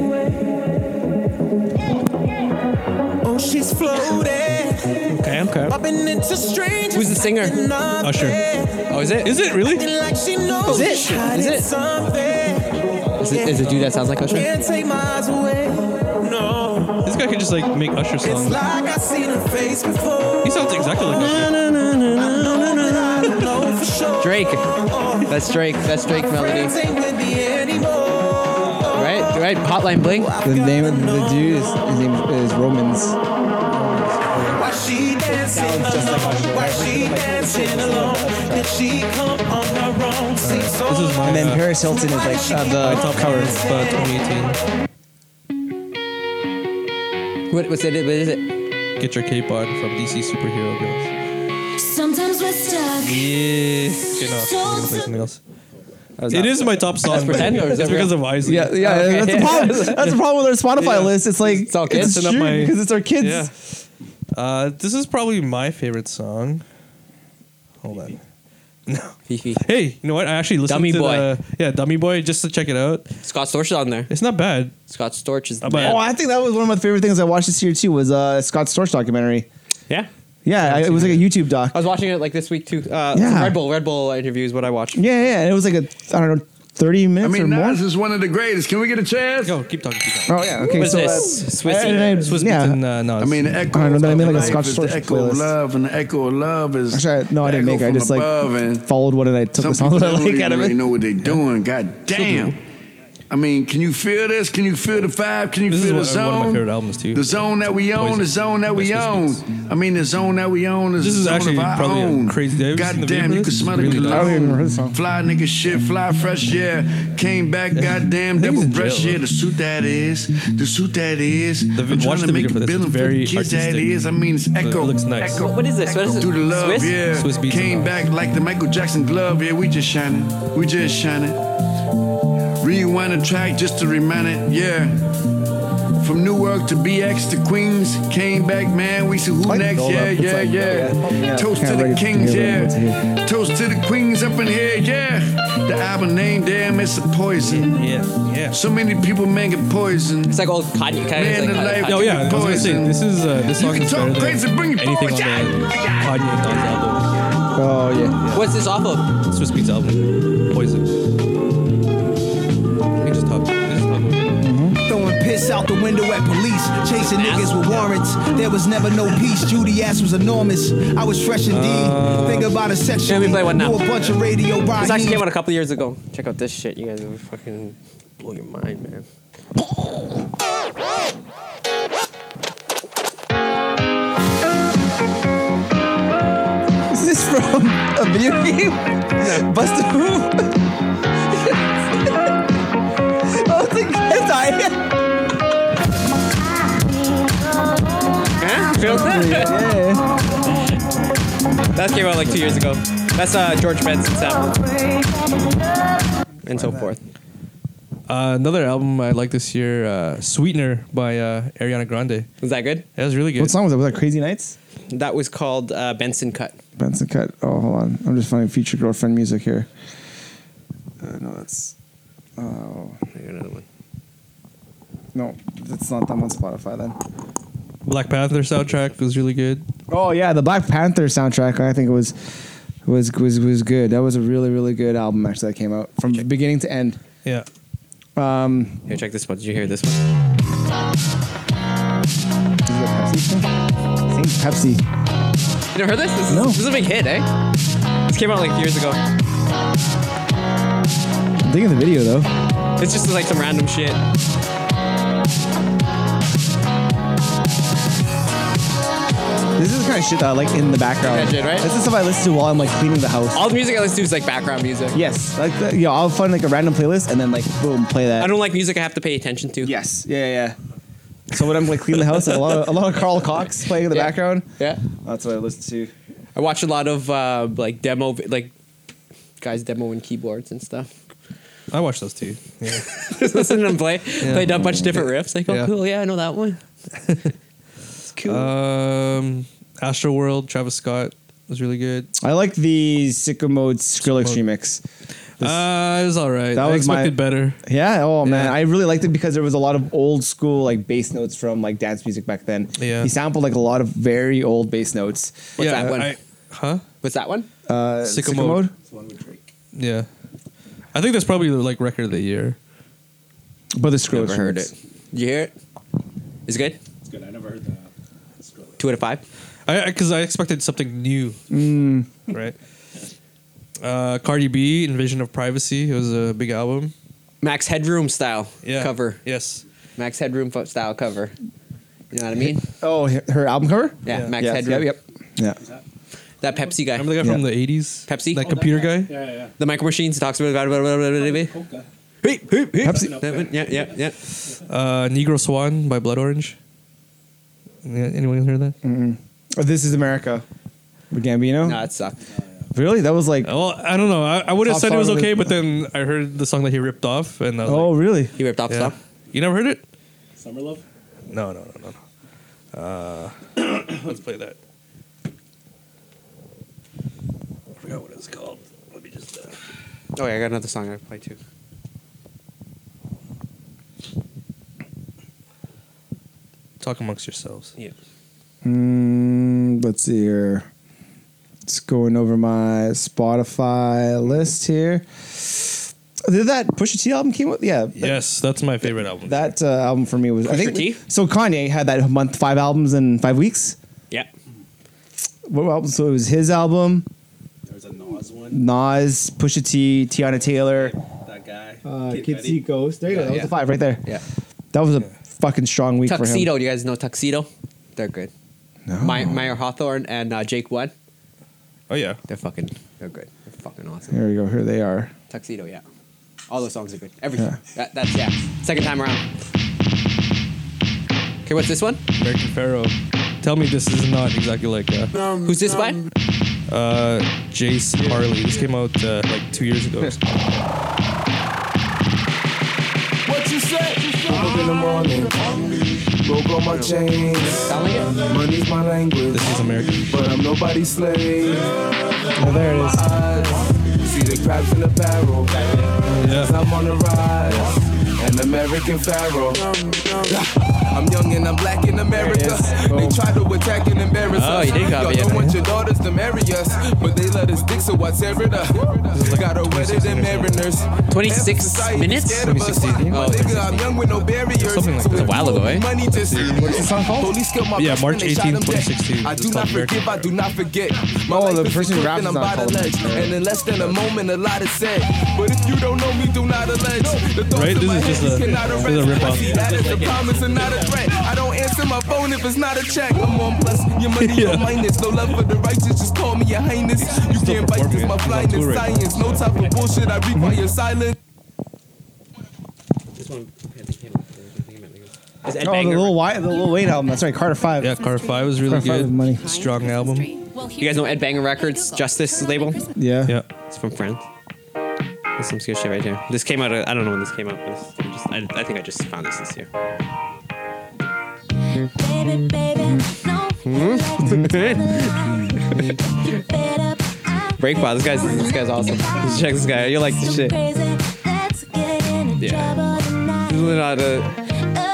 [SPEAKER 9] Oh, she's floating,
[SPEAKER 3] Okay. Okay.
[SPEAKER 9] bumping into strangers.
[SPEAKER 2] Who's the singer?
[SPEAKER 9] acting up
[SPEAKER 3] Usher.
[SPEAKER 9] there,
[SPEAKER 2] Oh, is it?
[SPEAKER 3] Is it really?
[SPEAKER 9] acting Like she knows
[SPEAKER 2] it?
[SPEAKER 9] she's
[SPEAKER 2] Is
[SPEAKER 9] hiding
[SPEAKER 2] it?
[SPEAKER 9] Something.
[SPEAKER 2] Is it, is it dude that sounds like Usher?
[SPEAKER 9] Can't take my eyes away. No,
[SPEAKER 3] This guy could just like make Usher
[SPEAKER 9] it's
[SPEAKER 3] songs.
[SPEAKER 9] like I've seen her face before.
[SPEAKER 3] He sounds exactly like Usher.
[SPEAKER 9] I know that I don't know for sure.
[SPEAKER 2] Drake. That's Drake. That's Drake melody.
[SPEAKER 9] Friends ain't with me anymore.
[SPEAKER 2] Right? Right? Hotline Bling.
[SPEAKER 1] The name of the dude is his name is Romans.
[SPEAKER 9] Why she dancing alone? Why she dancing alone? Did she come on her own? Seems so
[SPEAKER 3] This is my,
[SPEAKER 1] And then
[SPEAKER 3] uh,
[SPEAKER 1] Paris Hilton is like uh,
[SPEAKER 3] my
[SPEAKER 1] the
[SPEAKER 3] top cover of uh, 2018.
[SPEAKER 2] What, what's it? What is it?
[SPEAKER 3] Get your cape on from DC Superhero Girls.
[SPEAKER 10] Sometimes we're stuck.
[SPEAKER 3] Yeah. Okay, no, I'm gonna play something else. It is my top song. but
[SPEAKER 2] pretend, or is
[SPEAKER 3] It's
[SPEAKER 2] that real?
[SPEAKER 3] because of Isley.
[SPEAKER 1] Yeah, yeah, that's the problem. That's the problem with our Spotify
[SPEAKER 3] Yeah.
[SPEAKER 1] list. It's like
[SPEAKER 2] It's all
[SPEAKER 1] it's
[SPEAKER 2] kids.
[SPEAKER 1] a
[SPEAKER 3] Messing up
[SPEAKER 1] shoot
[SPEAKER 3] my-
[SPEAKER 1] because it's our kids.
[SPEAKER 3] Yeah. Uh, this is probably my favorite song. Hold on.
[SPEAKER 2] Fifi.
[SPEAKER 3] Hey, you know what? I actually listened
[SPEAKER 2] Dummy
[SPEAKER 3] to
[SPEAKER 2] Boy.
[SPEAKER 3] the yeah Dummy Boy just to check it out.
[SPEAKER 2] Scott Storch is on there.
[SPEAKER 3] It's not bad.
[SPEAKER 2] Scott Storch is the
[SPEAKER 3] How about-
[SPEAKER 2] man.
[SPEAKER 1] Oh, I think that was one of my favorite things I watched this year too. Was uh, Scott Storch documentary.
[SPEAKER 2] Yeah.
[SPEAKER 1] Yeah, I, it was like a YouTube doc.
[SPEAKER 2] I was watching it like this week too. Uh,
[SPEAKER 1] Yeah.
[SPEAKER 2] some Red Bull, Red Bull interviews. What I watched.
[SPEAKER 1] Yeah, yeah, and it was like a I don't know thirty
[SPEAKER 11] I
[SPEAKER 1] minutes
[SPEAKER 11] mean,
[SPEAKER 1] or more.
[SPEAKER 11] Nas is one of the greatest. Can we get a chance?
[SPEAKER 3] Go, keep talking. Keep talking.
[SPEAKER 1] Oh yeah, okay.
[SPEAKER 2] What is
[SPEAKER 1] so
[SPEAKER 2] this?
[SPEAKER 1] Uh,
[SPEAKER 2] Swiss-
[SPEAKER 1] and I-
[SPEAKER 3] Swiss
[SPEAKER 1] yeah.
[SPEAKER 3] Beats and uh, Nas.
[SPEAKER 11] I mean, the echo
[SPEAKER 1] I don't know, I
[SPEAKER 11] of
[SPEAKER 1] mean, like a
[SPEAKER 11] life
[SPEAKER 1] Scotch
[SPEAKER 11] is
[SPEAKER 1] Storch
[SPEAKER 11] the echo of
[SPEAKER 1] playlist.
[SPEAKER 11] love, and the echo of love is
[SPEAKER 1] Actually, I- no, I
[SPEAKER 11] the
[SPEAKER 1] didn't make
[SPEAKER 11] echo
[SPEAKER 1] it. I
[SPEAKER 11] from
[SPEAKER 1] just like
[SPEAKER 11] above, and
[SPEAKER 1] followed one and I took
[SPEAKER 11] some
[SPEAKER 1] the song
[SPEAKER 11] people
[SPEAKER 1] that I
[SPEAKER 11] don't
[SPEAKER 1] like
[SPEAKER 11] even
[SPEAKER 1] out of
[SPEAKER 11] really
[SPEAKER 1] it.
[SPEAKER 11] know what they're doing. God damn. I mean, can you feel this? Can you feel the vibe? Can you
[SPEAKER 3] This is
[SPEAKER 11] feel the
[SPEAKER 3] one-
[SPEAKER 11] zone?
[SPEAKER 3] one of my favorite albums, too.
[SPEAKER 11] The zone that we own,
[SPEAKER 3] Poison.
[SPEAKER 11] the zone that we
[SPEAKER 3] Best
[SPEAKER 11] own.
[SPEAKER 3] Christmas
[SPEAKER 11] I mean, the zone that we own is
[SPEAKER 3] This
[SPEAKER 11] the
[SPEAKER 3] is
[SPEAKER 11] zone
[SPEAKER 3] actually
[SPEAKER 11] of our
[SPEAKER 3] probably a
[SPEAKER 11] own.
[SPEAKER 3] crazy- have you seen the
[SPEAKER 11] God
[SPEAKER 3] video
[SPEAKER 11] damn,
[SPEAKER 3] for
[SPEAKER 11] you
[SPEAKER 3] this?
[SPEAKER 11] can
[SPEAKER 3] It's
[SPEAKER 11] smell the
[SPEAKER 3] really
[SPEAKER 1] I don't even remember the song.
[SPEAKER 11] Fly nigga shit, fly fresh air. Came back, goddamn,
[SPEAKER 3] I think he's
[SPEAKER 11] double
[SPEAKER 3] in
[SPEAKER 11] fresh
[SPEAKER 3] jail,
[SPEAKER 11] air. The suit that is, the suit that is.
[SPEAKER 3] The-
[SPEAKER 11] I'm
[SPEAKER 3] watch
[SPEAKER 11] trying
[SPEAKER 3] the
[SPEAKER 11] to make
[SPEAKER 3] video for
[SPEAKER 11] a
[SPEAKER 3] this. It's
[SPEAKER 11] billion for
[SPEAKER 3] very
[SPEAKER 11] the kids that
[SPEAKER 3] artistic.
[SPEAKER 11] is. I mean, it's
[SPEAKER 3] it
[SPEAKER 11] echo.
[SPEAKER 3] looks nice.
[SPEAKER 11] Echo,
[SPEAKER 2] What is this? What is
[SPEAKER 11] through the
[SPEAKER 2] it?
[SPEAKER 11] love,
[SPEAKER 2] Swiss?
[SPEAKER 11] yeah.
[SPEAKER 3] Swiss beats
[SPEAKER 11] Came
[SPEAKER 3] and
[SPEAKER 11] back like the Michael Jackson glove, yeah. We just shining, we just shining. Rewind the track just to remind it, yeah. From Newark to BX to Queens, came back, man. We see who
[SPEAKER 1] Like
[SPEAKER 11] next,
[SPEAKER 1] all
[SPEAKER 11] yeah,
[SPEAKER 1] up, it's
[SPEAKER 11] yeah,
[SPEAKER 1] like,
[SPEAKER 11] yeah,
[SPEAKER 1] yeah.
[SPEAKER 11] Toast
[SPEAKER 1] Kinda
[SPEAKER 11] to
[SPEAKER 1] ready
[SPEAKER 11] the
[SPEAKER 1] to
[SPEAKER 11] kings,
[SPEAKER 1] do it,
[SPEAKER 11] yeah.
[SPEAKER 1] it's here.
[SPEAKER 11] Toast to the queens up in here, yeah. The album name, damn, it's a poison.
[SPEAKER 3] yeah, yeah.
[SPEAKER 11] So many people make it poison.
[SPEAKER 2] It's like old Kanye. Kind
[SPEAKER 11] Man,
[SPEAKER 2] of
[SPEAKER 11] the
[SPEAKER 2] like
[SPEAKER 11] life-
[SPEAKER 2] Kanye.
[SPEAKER 3] No, oh, yeah. I was gonna say
[SPEAKER 11] Poison.
[SPEAKER 3] this is uh, this
[SPEAKER 11] You
[SPEAKER 3] song
[SPEAKER 11] can
[SPEAKER 3] is
[SPEAKER 11] talk
[SPEAKER 3] better than
[SPEAKER 11] crazy, bring it
[SPEAKER 3] anything on
[SPEAKER 11] forward,
[SPEAKER 3] the
[SPEAKER 11] yeah.
[SPEAKER 3] Kanye and Nas album,
[SPEAKER 1] Oh yeah,
[SPEAKER 2] What's this off of?
[SPEAKER 3] Swiss Beats album, Poison. We just talked. we just talked about it.
[SPEAKER 9] Throwing piss out the window at police, chasing niggas with warrants. There was never no peace. Judy ass was enormous. I was fresh indeed. Think about it sexually.
[SPEAKER 2] Uh, play one now?
[SPEAKER 9] Knew a bunch of radio
[SPEAKER 2] This actually came
[SPEAKER 9] Raheem.
[SPEAKER 2] out a couple years ago. Check out this shit. You guys will fucking blow your mind, man.
[SPEAKER 1] is this from a video game? Buster Move. I was like, "Yes, I
[SPEAKER 2] Feels
[SPEAKER 1] am." Yeah.
[SPEAKER 2] That came out like two years ago. That's uh, George Benson's album. And so forth.
[SPEAKER 3] Uh, another album I like this year, uh, "Sweetener" by uh, Ariana Grande.
[SPEAKER 2] Was that good?
[SPEAKER 3] That was really good.
[SPEAKER 1] What song was that? Was that Crazy Nights?
[SPEAKER 2] That was called uh, Benson Cut.
[SPEAKER 1] Benson cut. Oh, hold on. I'm just finding future girlfriend music here. Uh, no, that's. Oh
[SPEAKER 3] I got another one.
[SPEAKER 1] no, that's not them on Spotify then.
[SPEAKER 3] Black Panther soundtrack was really good.
[SPEAKER 1] Oh yeah, the Black Panther soundtrack. I think it was was was was good. That was a really really good album actually that came out from beginning to end.
[SPEAKER 3] Yeah.
[SPEAKER 1] Um,
[SPEAKER 2] Here, check this one. Did you hear this one?
[SPEAKER 1] is it Pepsi? I think Pepsi.
[SPEAKER 2] You never heard this? This is,
[SPEAKER 1] No.
[SPEAKER 2] this is a big hit, eh? This came out like years ago.
[SPEAKER 1] I'm thinking the video though.
[SPEAKER 2] It's just like some random shit.
[SPEAKER 1] This is the kind of shit that I like in the background.
[SPEAKER 2] That shit, right?
[SPEAKER 1] This is stuff I listen to while I'm like cleaning the house.
[SPEAKER 2] All the music I listen to is like background music.
[SPEAKER 1] yes, like the, yeah, I'll find like a random playlist and then like boom, play that.
[SPEAKER 2] I don't like music I have to pay attention to.
[SPEAKER 1] Yes. Yeah, yeah. yeah. So when I'm like cleaning the house, a lot of a lot of Carl Cox playing in the
[SPEAKER 2] Yeah.
[SPEAKER 1] background.
[SPEAKER 2] Yeah.
[SPEAKER 1] That's what I listen to.
[SPEAKER 2] I watch a lot of uh, like demo, vi- like guys demoing keyboards and stuff.
[SPEAKER 3] I watched those two. Yeah.
[SPEAKER 2] Just listen to them play. Played up a bunch of different riffs. Like, oh,
[SPEAKER 3] Yeah.
[SPEAKER 2] cool. Yeah, I know that one. it's cool.
[SPEAKER 3] Um, Astro World, Travis Scott was really good.
[SPEAKER 1] I like the Sicko Mode Skrillex remix. This-
[SPEAKER 3] Uh, it was all right.
[SPEAKER 1] That
[SPEAKER 3] I
[SPEAKER 1] was my-
[SPEAKER 3] expected better.
[SPEAKER 1] yeah. Oh man,
[SPEAKER 3] Yeah.
[SPEAKER 1] I really liked it because there was a lot of old school like bass notes from like dance music back then.
[SPEAKER 3] Yeah.
[SPEAKER 1] He sampled like a lot of very old bass notes.
[SPEAKER 2] What's
[SPEAKER 3] yeah,
[SPEAKER 2] that one?
[SPEAKER 3] I- huh?
[SPEAKER 2] What's that one?
[SPEAKER 1] Uh,
[SPEAKER 3] Sicko
[SPEAKER 1] Sicko
[SPEAKER 3] Mode.
[SPEAKER 1] Mode.
[SPEAKER 3] Yeah, I think that's probably the like record of the year.
[SPEAKER 1] But the Skrillex
[SPEAKER 2] Never heard
[SPEAKER 1] remix.
[SPEAKER 2] it. You hear it? Is it good?
[SPEAKER 7] It's good. I never heard that.
[SPEAKER 2] Two out of five.
[SPEAKER 3] I because I expected something new, right? Uh, Cardi B, Invasion of Privacy. It was a big album.
[SPEAKER 2] Max Headroom style
[SPEAKER 3] Yeah.
[SPEAKER 2] cover.
[SPEAKER 3] Yes.
[SPEAKER 2] Max Headroom fo- style cover. You know what I mean?
[SPEAKER 1] Oh, her- her album cover.
[SPEAKER 2] Yeah,
[SPEAKER 3] Yeah.
[SPEAKER 2] Max
[SPEAKER 1] Yes,
[SPEAKER 2] Headroom.
[SPEAKER 1] yep, Yeah.
[SPEAKER 2] That Pepsi guy.
[SPEAKER 3] Remember the guy from the eighties?
[SPEAKER 2] Pepsi?
[SPEAKER 3] that
[SPEAKER 2] Oh,
[SPEAKER 3] computer guy.
[SPEAKER 7] Yeah, yeah.
[SPEAKER 2] The micro machines talks about blah, blah, blah, blah, blah, blah.
[SPEAKER 7] Coca.
[SPEAKER 2] Hey, hey, hey.
[SPEAKER 1] Pepsi.
[SPEAKER 2] That one, Yeah, yeah, yeah.
[SPEAKER 3] Uh, Negro Swan by Blood Orange. Yeah, Anyone heard that?
[SPEAKER 1] Oh, this is America. With Gambino.
[SPEAKER 2] No, it sucked.
[SPEAKER 1] Really? That was like. Oh,
[SPEAKER 3] Well, I don't know. I, I would have
[SPEAKER 1] Top
[SPEAKER 3] said it
[SPEAKER 1] song
[SPEAKER 3] was
[SPEAKER 1] of the- Oh.
[SPEAKER 3] okay, but then I heard the song that he ripped off, and I was like,
[SPEAKER 1] really?
[SPEAKER 2] He ripped off
[SPEAKER 3] yeah.
[SPEAKER 2] stuff.
[SPEAKER 3] You never heard it?
[SPEAKER 7] Summer Love.
[SPEAKER 3] No, no, no, no, no. Uh, let's play that. I forgot what it's called. Let me just. Uh,
[SPEAKER 2] Oh, yeah, I got another song I play too.
[SPEAKER 3] talk amongst yourselves.
[SPEAKER 2] Yeah.
[SPEAKER 1] Mm, let's see here. Just going over my Spotify list here. Did that Pusha T album came out? Yeah.
[SPEAKER 3] Yes, that's my favorite album.
[SPEAKER 1] That uh, album for me was I
[SPEAKER 2] Pusha
[SPEAKER 1] think
[SPEAKER 2] T?
[SPEAKER 1] so. Kanye had that month five albums in five weeks.
[SPEAKER 2] Yeah.
[SPEAKER 1] What album? So it was his album,
[SPEAKER 7] There was a Nas one.
[SPEAKER 1] Nas, Pusha T, Tiana Taylor,
[SPEAKER 7] That guy.
[SPEAKER 1] uh,
[SPEAKER 7] Kid
[SPEAKER 1] Kid
[SPEAKER 7] Cudi.
[SPEAKER 1] See Ghost. There you go. That was
[SPEAKER 2] yeah.
[SPEAKER 1] the five right there.
[SPEAKER 2] Yeah.
[SPEAKER 1] That was a fucking strong week
[SPEAKER 2] Tuxedo. Do you guys know Tuxedo? They're good.
[SPEAKER 1] for him. No.
[SPEAKER 2] My, Meyer Hawthorne and uh, Jake One.
[SPEAKER 3] Oh yeah.
[SPEAKER 2] They're fucking. They're good. They're fucking awesome.
[SPEAKER 1] Here we go. Here they are.
[SPEAKER 2] Tuxedo. Yeah. All those songs are good. Everything. That, that's yeah. Second time around. Okay, what's this one?
[SPEAKER 3] American Pharaoh. Tell me this is not exactly like uh,
[SPEAKER 2] Who's this by?
[SPEAKER 3] uh, Jace Harley. This came out uh, like two years ago.
[SPEAKER 9] What you say? Up in the morning, broke all my chains.
[SPEAKER 2] Sound like it?
[SPEAKER 9] Money's my language,
[SPEAKER 3] This is American.
[SPEAKER 9] but I'm nobody's slave.
[SPEAKER 1] Oh, there it is.
[SPEAKER 9] See the crabs in the barrel. Cause
[SPEAKER 3] Yeah.
[SPEAKER 9] I'm on the rise. An American pharaoh. I'm young and I'm black in America. They try to attack and embarrass
[SPEAKER 2] Oh,
[SPEAKER 9] us.
[SPEAKER 2] you did copy
[SPEAKER 9] Y'all don't
[SPEAKER 2] it.
[SPEAKER 9] want your daughters to marry us, but they let us dick, so I tear it up. Got her wetter than mariners.
[SPEAKER 2] 26 minutes?
[SPEAKER 9] 2016.
[SPEAKER 2] Oh,
[SPEAKER 9] My nigga, I'm young with no barriers.
[SPEAKER 3] Something like
[SPEAKER 9] So
[SPEAKER 3] that.
[SPEAKER 9] if
[SPEAKER 2] A while
[SPEAKER 9] you
[SPEAKER 2] ago,
[SPEAKER 9] owe me
[SPEAKER 2] eh?
[SPEAKER 9] Money just What's the song called?
[SPEAKER 3] Yeah, March 18th, 2016.
[SPEAKER 9] I
[SPEAKER 3] It's
[SPEAKER 9] do
[SPEAKER 3] called
[SPEAKER 9] not forgive,
[SPEAKER 3] American
[SPEAKER 9] I do not forget. My
[SPEAKER 1] Oh,
[SPEAKER 9] life
[SPEAKER 1] the
[SPEAKER 9] is a
[SPEAKER 1] person who
[SPEAKER 9] clip
[SPEAKER 1] raps is
[SPEAKER 9] and
[SPEAKER 1] not
[SPEAKER 9] I'm by the
[SPEAKER 1] called
[SPEAKER 9] ledge. And in less than a moment, a lot is said. But if you don't know me, do not allege. The thoughts
[SPEAKER 3] Right?
[SPEAKER 9] in
[SPEAKER 3] This
[SPEAKER 9] my
[SPEAKER 3] is
[SPEAKER 9] head
[SPEAKER 3] just a-
[SPEAKER 9] cannot
[SPEAKER 3] this is a
[SPEAKER 9] arrest.
[SPEAKER 3] rip-off.
[SPEAKER 9] I see that as a promise and not a threat. I don't answer my phone if it's not a check. I'm on plus, your money on minus. No love for the righteous, just call me your highness. You
[SPEAKER 3] still
[SPEAKER 9] can't bite this,
[SPEAKER 3] performing
[SPEAKER 9] my
[SPEAKER 3] it. He's on
[SPEAKER 9] blindness.
[SPEAKER 3] tour right now.
[SPEAKER 9] Science, no type of bullshit. I require silence.
[SPEAKER 2] This one. Is Ed
[SPEAKER 1] Oh, the
[SPEAKER 2] Banger.
[SPEAKER 1] little White, the little Wayne album. That's right. Carter Five.
[SPEAKER 3] Yeah, Car Five was really
[SPEAKER 1] Carter Five with
[SPEAKER 3] good.
[SPEAKER 1] money.
[SPEAKER 3] Strong album.
[SPEAKER 2] You guys know Ed Banger Records, Justice label?
[SPEAKER 1] Yeah.
[SPEAKER 3] Yeah.
[SPEAKER 2] It's from France. That's some sketch shit right here. This came out. Of, I don't know when this came out. But this- I, just, I, I think I just found this this year.
[SPEAKER 6] Baby, baby, no.
[SPEAKER 2] Hmm? Break file. This guy's this guy's awesome. Check this guy. out. You'll like this shit.
[SPEAKER 6] Yeah.
[SPEAKER 2] Usually not a-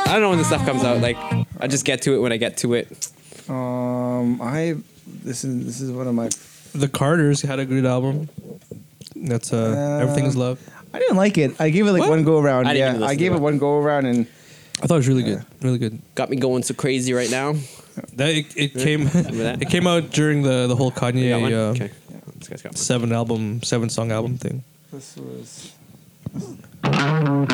[SPEAKER 2] I don't know when this stuff comes out. Like I just get to it when I get to it.
[SPEAKER 1] Um, I this is this is one of my.
[SPEAKER 3] The Carters had a good album. That's uh, Everything is Love.
[SPEAKER 1] I didn't like it. I gave it like one go around.
[SPEAKER 2] I didn't even
[SPEAKER 1] Yeah,
[SPEAKER 2] listen
[SPEAKER 1] I gave
[SPEAKER 2] to
[SPEAKER 1] it
[SPEAKER 2] it.
[SPEAKER 1] one go around and
[SPEAKER 3] I thought it was really good. Really good.
[SPEAKER 2] Got me going so crazy right now.
[SPEAKER 3] That it, it came
[SPEAKER 2] that?
[SPEAKER 3] it came out during the the whole
[SPEAKER 2] You got
[SPEAKER 3] Kanye
[SPEAKER 2] one?
[SPEAKER 3] uh,
[SPEAKER 2] okay. This guy's got one.
[SPEAKER 3] seven album seven song album thing.
[SPEAKER 1] this was. Yeah,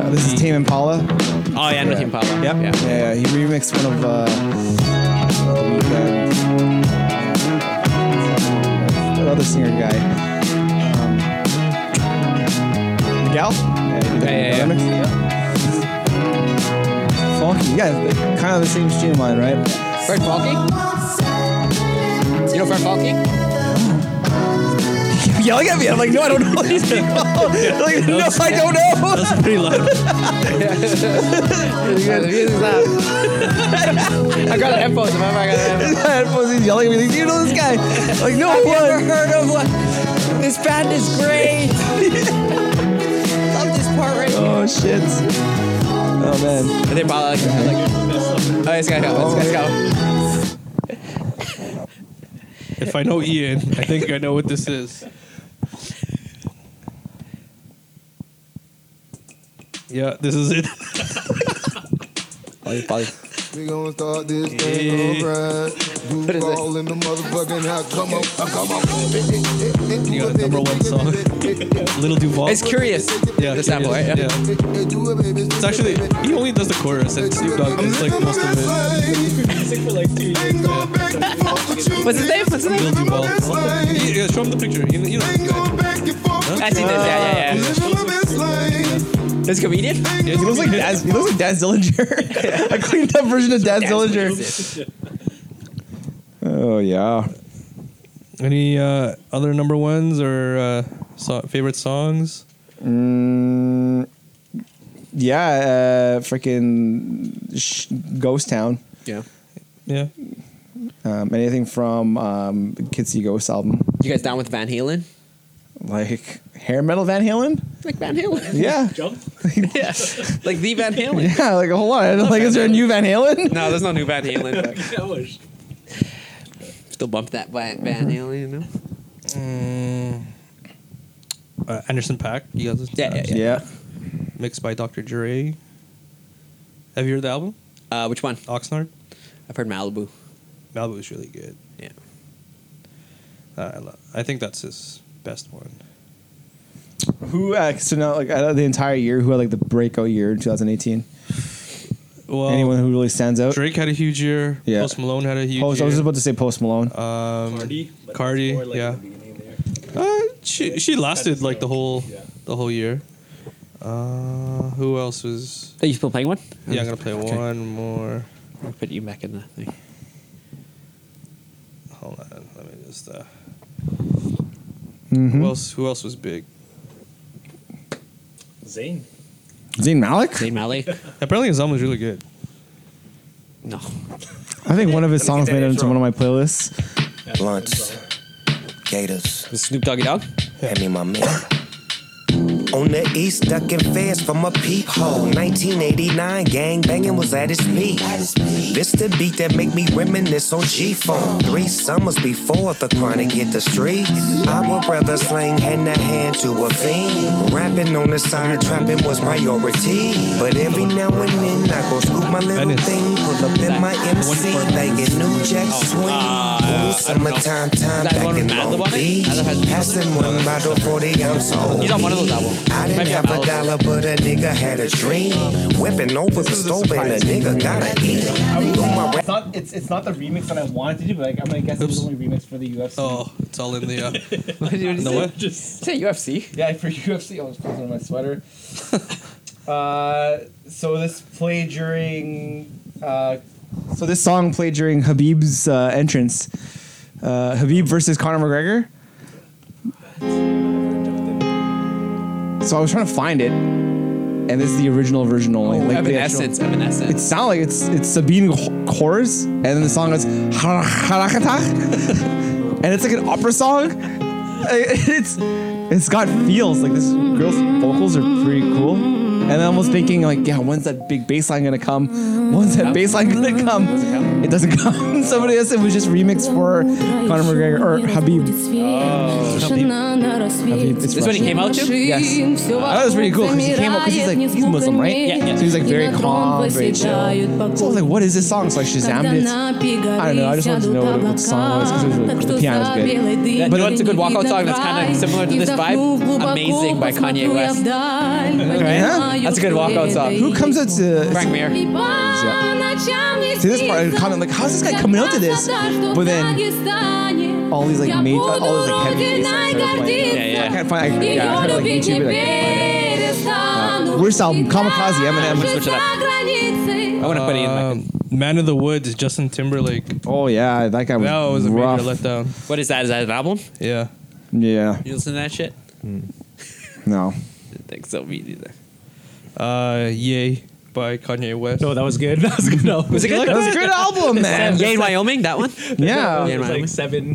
[SPEAKER 1] uh, this is Tame Impala.
[SPEAKER 2] Oh yeah, I know Tim Pablo.
[SPEAKER 1] Yep. Yeah.
[SPEAKER 2] Yeah.
[SPEAKER 1] yeah, he remixed one of uh, the Weeknd. Another singer guy. Um, Miguel? Yeah,
[SPEAKER 2] Yeah, yeah, yeah.
[SPEAKER 1] remix. Funky, yeah, kind of the same streamline, right?
[SPEAKER 12] Fred Falke? You know Fred Falke?
[SPEAKER 1] Keep yelling at me, I'm like, no, I don't know these people. like, no, I don't know.
[SPEAKER 3] That's pretty loud.
[SPEAKER 12] I got the headphones. Remember, I got the headphones.
[SPEAKER 1] My headphones, he's yelling at me, like, do you know this guy? Like, no, I've never heard of one.
[SPEAKER 12] This band is great. Love this part right here.
[SPEAKER 1] Oh shit. Oh man.
[SPEAKER 2] I think Pablo like, I like
[SPEAKER 12] Oh, this guy go. This guy go.
[SPEAKER 3] if I know Ian, I think I know what this is. Yeah, this is it.
[SPEAKER 2] Polly, Polly.
[SPEAKER 9] We gonna start this thing alright. Blue
[SPEAKER 12] is
[SPEAKER 9] ball in the motherfucking house. Come on, come on.
[SPEAKER 3] You got a number one song. Little
[SPEAKER 7] Oh.
[SPEAKER 3] Duval.
[SPEAKER 2] It's curious.
[SPEAKER 3] yeah,
[SPEAKER 2] this sample, right?
[SPEAKER 3] Yeah.
[SPEAKER 2] Yeah.
[SPEAKER 3] It's actually he only does the chorus and Snoop Dogg does like most of it.
[SPEAKER 12] What's his name? What's his name?
[SPEAKER 3] Little Duval. Yeah, show him the picture. You, you know. this guy.
[SPEAKER 12] I seen this. Yeah, yeah, yeah. This comedian?
[SPEAKER 1] He looks like Daz, he looks like Daz Dillinger. I cleaned that version of Daz Dillinger. Oh yeah.
[SPEAKER 3] Any uh, other number ones or uh, so- favorite songs?
[SPEAKER 1] Mm, yeah, uh, freaking sh- Ghost Town.
[SPEAKER 2] Yeah.
[SPEAKER 3] Yeah.
[SPEAKER 1] Um, anything from um, Kids See Ghosts album,
[SPEAKER 2] You guys down with Van Halen?
[SPEAKER 1] like hair metal Van Halen.
[SPEAKER 2] Like Van Halen.
[SPEAKER 1] Yeah,
[SPEAKER 7] Jump.
[SPEAKER 2] yeah. Like the Van Halen.
[SPEAKER 1] yeah, like a whole lot. Like, is there a new Van Halen?
[SPEAKER 2] No, there's no new Van Halen.
[SPEAKER 7] That was.
[SPEAKER 2] Still bump that Van, Van Halen, you know?
[SPEAKER 3] Mm, uh, Anderson Pack. You guys listen to
[SPEAKER 2] Yeah,
[SPEAKER 3] that?
[SPEAKER 2] yeah,
[SPEAKER 1] Yeah.
[SPEAKER 3] Mixed by Dr. Dre. Have you heard the album?
[SPEAKER 2] Uh, which one?
[SPEAKER 3] Oxnard?
[SPEAKER 2] I've heard Malibu.
[SPEAKER 3] Malibu was really good.
[SPEAKER 2] Yeah.
[SPEAKER 3] Uh, I, love, I think that's his best one.
[SPEAKER 1] Who? Uh, so now, like, out of the entire year, who had like the breakout year in 2018?
[SPEAKER 3] Well,
[SPEAKER 1] Anyone who really stands out?
[SPEAKER 3] Oh. Drake had a huge year.
[SPEAKER 1] Yeah.
[SPEAKER 3] Post Malone had a huge
[SPEAKER 1] Post, I
[SPEAKER 3] year.
[SPEAKER 1] was just about to say Post Malone.
[SPEAKER 3] um,
[SPEAKER 7] Cardi. but
[SPEAKER 3] Cardi,
[SPEAKER 7] more like
[SPEAKER 3] yeah.
[SPEAKER 7] the beginning there.
[SPEAKER 3] Uh, she she lasted like the whole
[SPEAKER 7] Yeah.
[SPEAKER 3] the whole year. Uh, who else was?
[SPEAKER 12] Are you still playing one?
[SPEAKER 3] Yeah, I'm gonna play one more.
[SPEAKER 12] I'll put you back in the thing.
[SPEAKER 3] Hold on, let me just. Uh,
[SPEAKER 1] Mhm.
[SPEAKER 3] Who else? Who else was big?
[SPEAKER 7] Zayn.
[SPEAKER 1] Zayn Malik?
[SPEAKER 12] Zayn Malik?
[SPEAKER 3] Apparently, his album was really good.
[SPEAKER 12] No.
[SPEAKER 1] I think one of his songs made it into one of my playlists.
[SPEAKER 9] Blunts, gators,
[SPEAKER 12] The Snoop Doggy Dog?
[SPEAKER 9] hand me my man. On the east, ducking fast from a peephole. 1989, gang banging was at its peak. This the beat that make me reminisce on G-Phone. Three summers before the chronic hit the streets. I would rather slang hand to hand to a fiend. Rapping on the side, trapping was priority. But every now and then, I go scoop my little
[SPEAKER 3] Venice.
[SPEAKER 9] thing. Pull up in my MC, banging new jack
[SPEAKER 12] Oh,
[SPEAKER 9] swing. Ooh, summertime time,
[SPEAKER 12] Is that
[SPEAKER 9] back
[SPEAKER 12] one
[SPEAKER 9] in
[SPEAKER 12] with Madlib
[SPEAKER 9] Long
[SPEAKER 12] on it?
[SPEAKER 9] Beach.
[SPEAKER 12] Madlib has-
[SPEAKER 9] Passing one bottle for the ounce old.
[SPEAKER 12] He's on one of those albums.
[SPEAKER 9] I didn't
[SPEAKER 12] Maybe
[SPEAKER 9] have
[SPEAKER 12] on
[SPEAKER 9] a
[SPEAKER 12] Malibu.
[SPEAKER 9] dollar, but a nigga had a dream. Whipping over the stove and a E. nigga gotta eat. Threw my rap-
[SPEAKER 1] not, it's, it's not the remix that I wanted to do, but like, I'm going to guess
[SPEAKER 3] it was Oops.
[SPEAKER 1] only remix for the UFC.
[SPEAKER 3] Oh, it's all in the. Uh,
[SPEAKER 12] What did you
[SPEAKER 3] in the what?
[SPEAKER 7] Just
[SPEAKER 12] say? UFC?
[SPEAKER 1] Yeah, for UFC, I was putting on my sweater. uh, so this played during. Uh, so this song played during Habib's uh, entrance uh, Habib versus Conor McGregor. So I was trying to find it, and this is the original version only. like the actual-
[SPEAKER 2] Evanescence, Evanescence.
[SPEAKER 1] It sounds like it's it's Sabine ch- chorus, and then the song is and it's like an opera song. It's it's got feels. Like this girl's vocals are pretty cool. And I'm almost thinking like, yeah, when's that big bass line gonna come? When's that bass line gonna come? It doesn't come. Somebody else it was just remixed for Conor McGregor or Habib. Habib, it's
[SPEAKER 2] This one he
[SPEAKER 1] Russian.
[SPEAKER 2] came out to?
[SPEAKER 1] Yes. I thought it was pretty cool because he came up because he's like he's Muslim, right?
[SPEAKER 2] Yeah, yeah.
[SPEAKER 1] So he's like very calm, very chill. So I was like, what is this song? So I shazammed it. I don't know. I just wanted to know what, what the song was because it was really cool. The piano's good.
[SPEAKER 2] Yeah,
[SPEAKER 1] But
[SPEAKER 2] you know what's a good walkout song that's kind of similar to this vibe? Amazing by Kanye West.
[SPEAKER 1] Yeah?
[SPEAKER 2] That's a good walkout song.
[SPEAKER 1] Who comes out to
[SPEAKER 2] Frank Mir.
[SPEAKER 1] See this part? I comment like, how's this guy coming out to this? But then all these like made, all these like heavy bass lines started playing.
[SPEAKER 2] Yeah, yeah.
[SPEAKER 1] I can't find. I, yeah, I tried to like YouTube it. I can't find it. Uh, worst album, Kamikaze, Oh. Eminem.
[SPEAKER 2] Switch it up. I want to put it in my.
[SPEAKER 3] Um, Man of the Woods, Justin Timberlake.
[SPEAKER 1] Oh yeah, that guy was,
[SPEAKER 3] That was a
[SPEAKER 1] rough.
[SPEAKER 3] major letdown.
[SPEAKER 2] What is that? Is that an album?
[SPEAKER 3] Yeah.
[SPEAKER 1] Yeah,
[SPEAKER 2] You listen to that shit?
[SPEAKER 1] no.
[SPEAKER 2] Didn't think so, me neither.
[SPEAKER 3] Uh, Yay by Kanye West.
[SPEAKER 7] No, that was good. That was good. No,
[SPEAKER 2] Was it good?
[SPEAKER 1] That was a good album, man.
[SPEAKER 2] Yay in Wyoming, that one?
[SPEAKER 1] Yeah,
[SPEAKER 7] It was like seven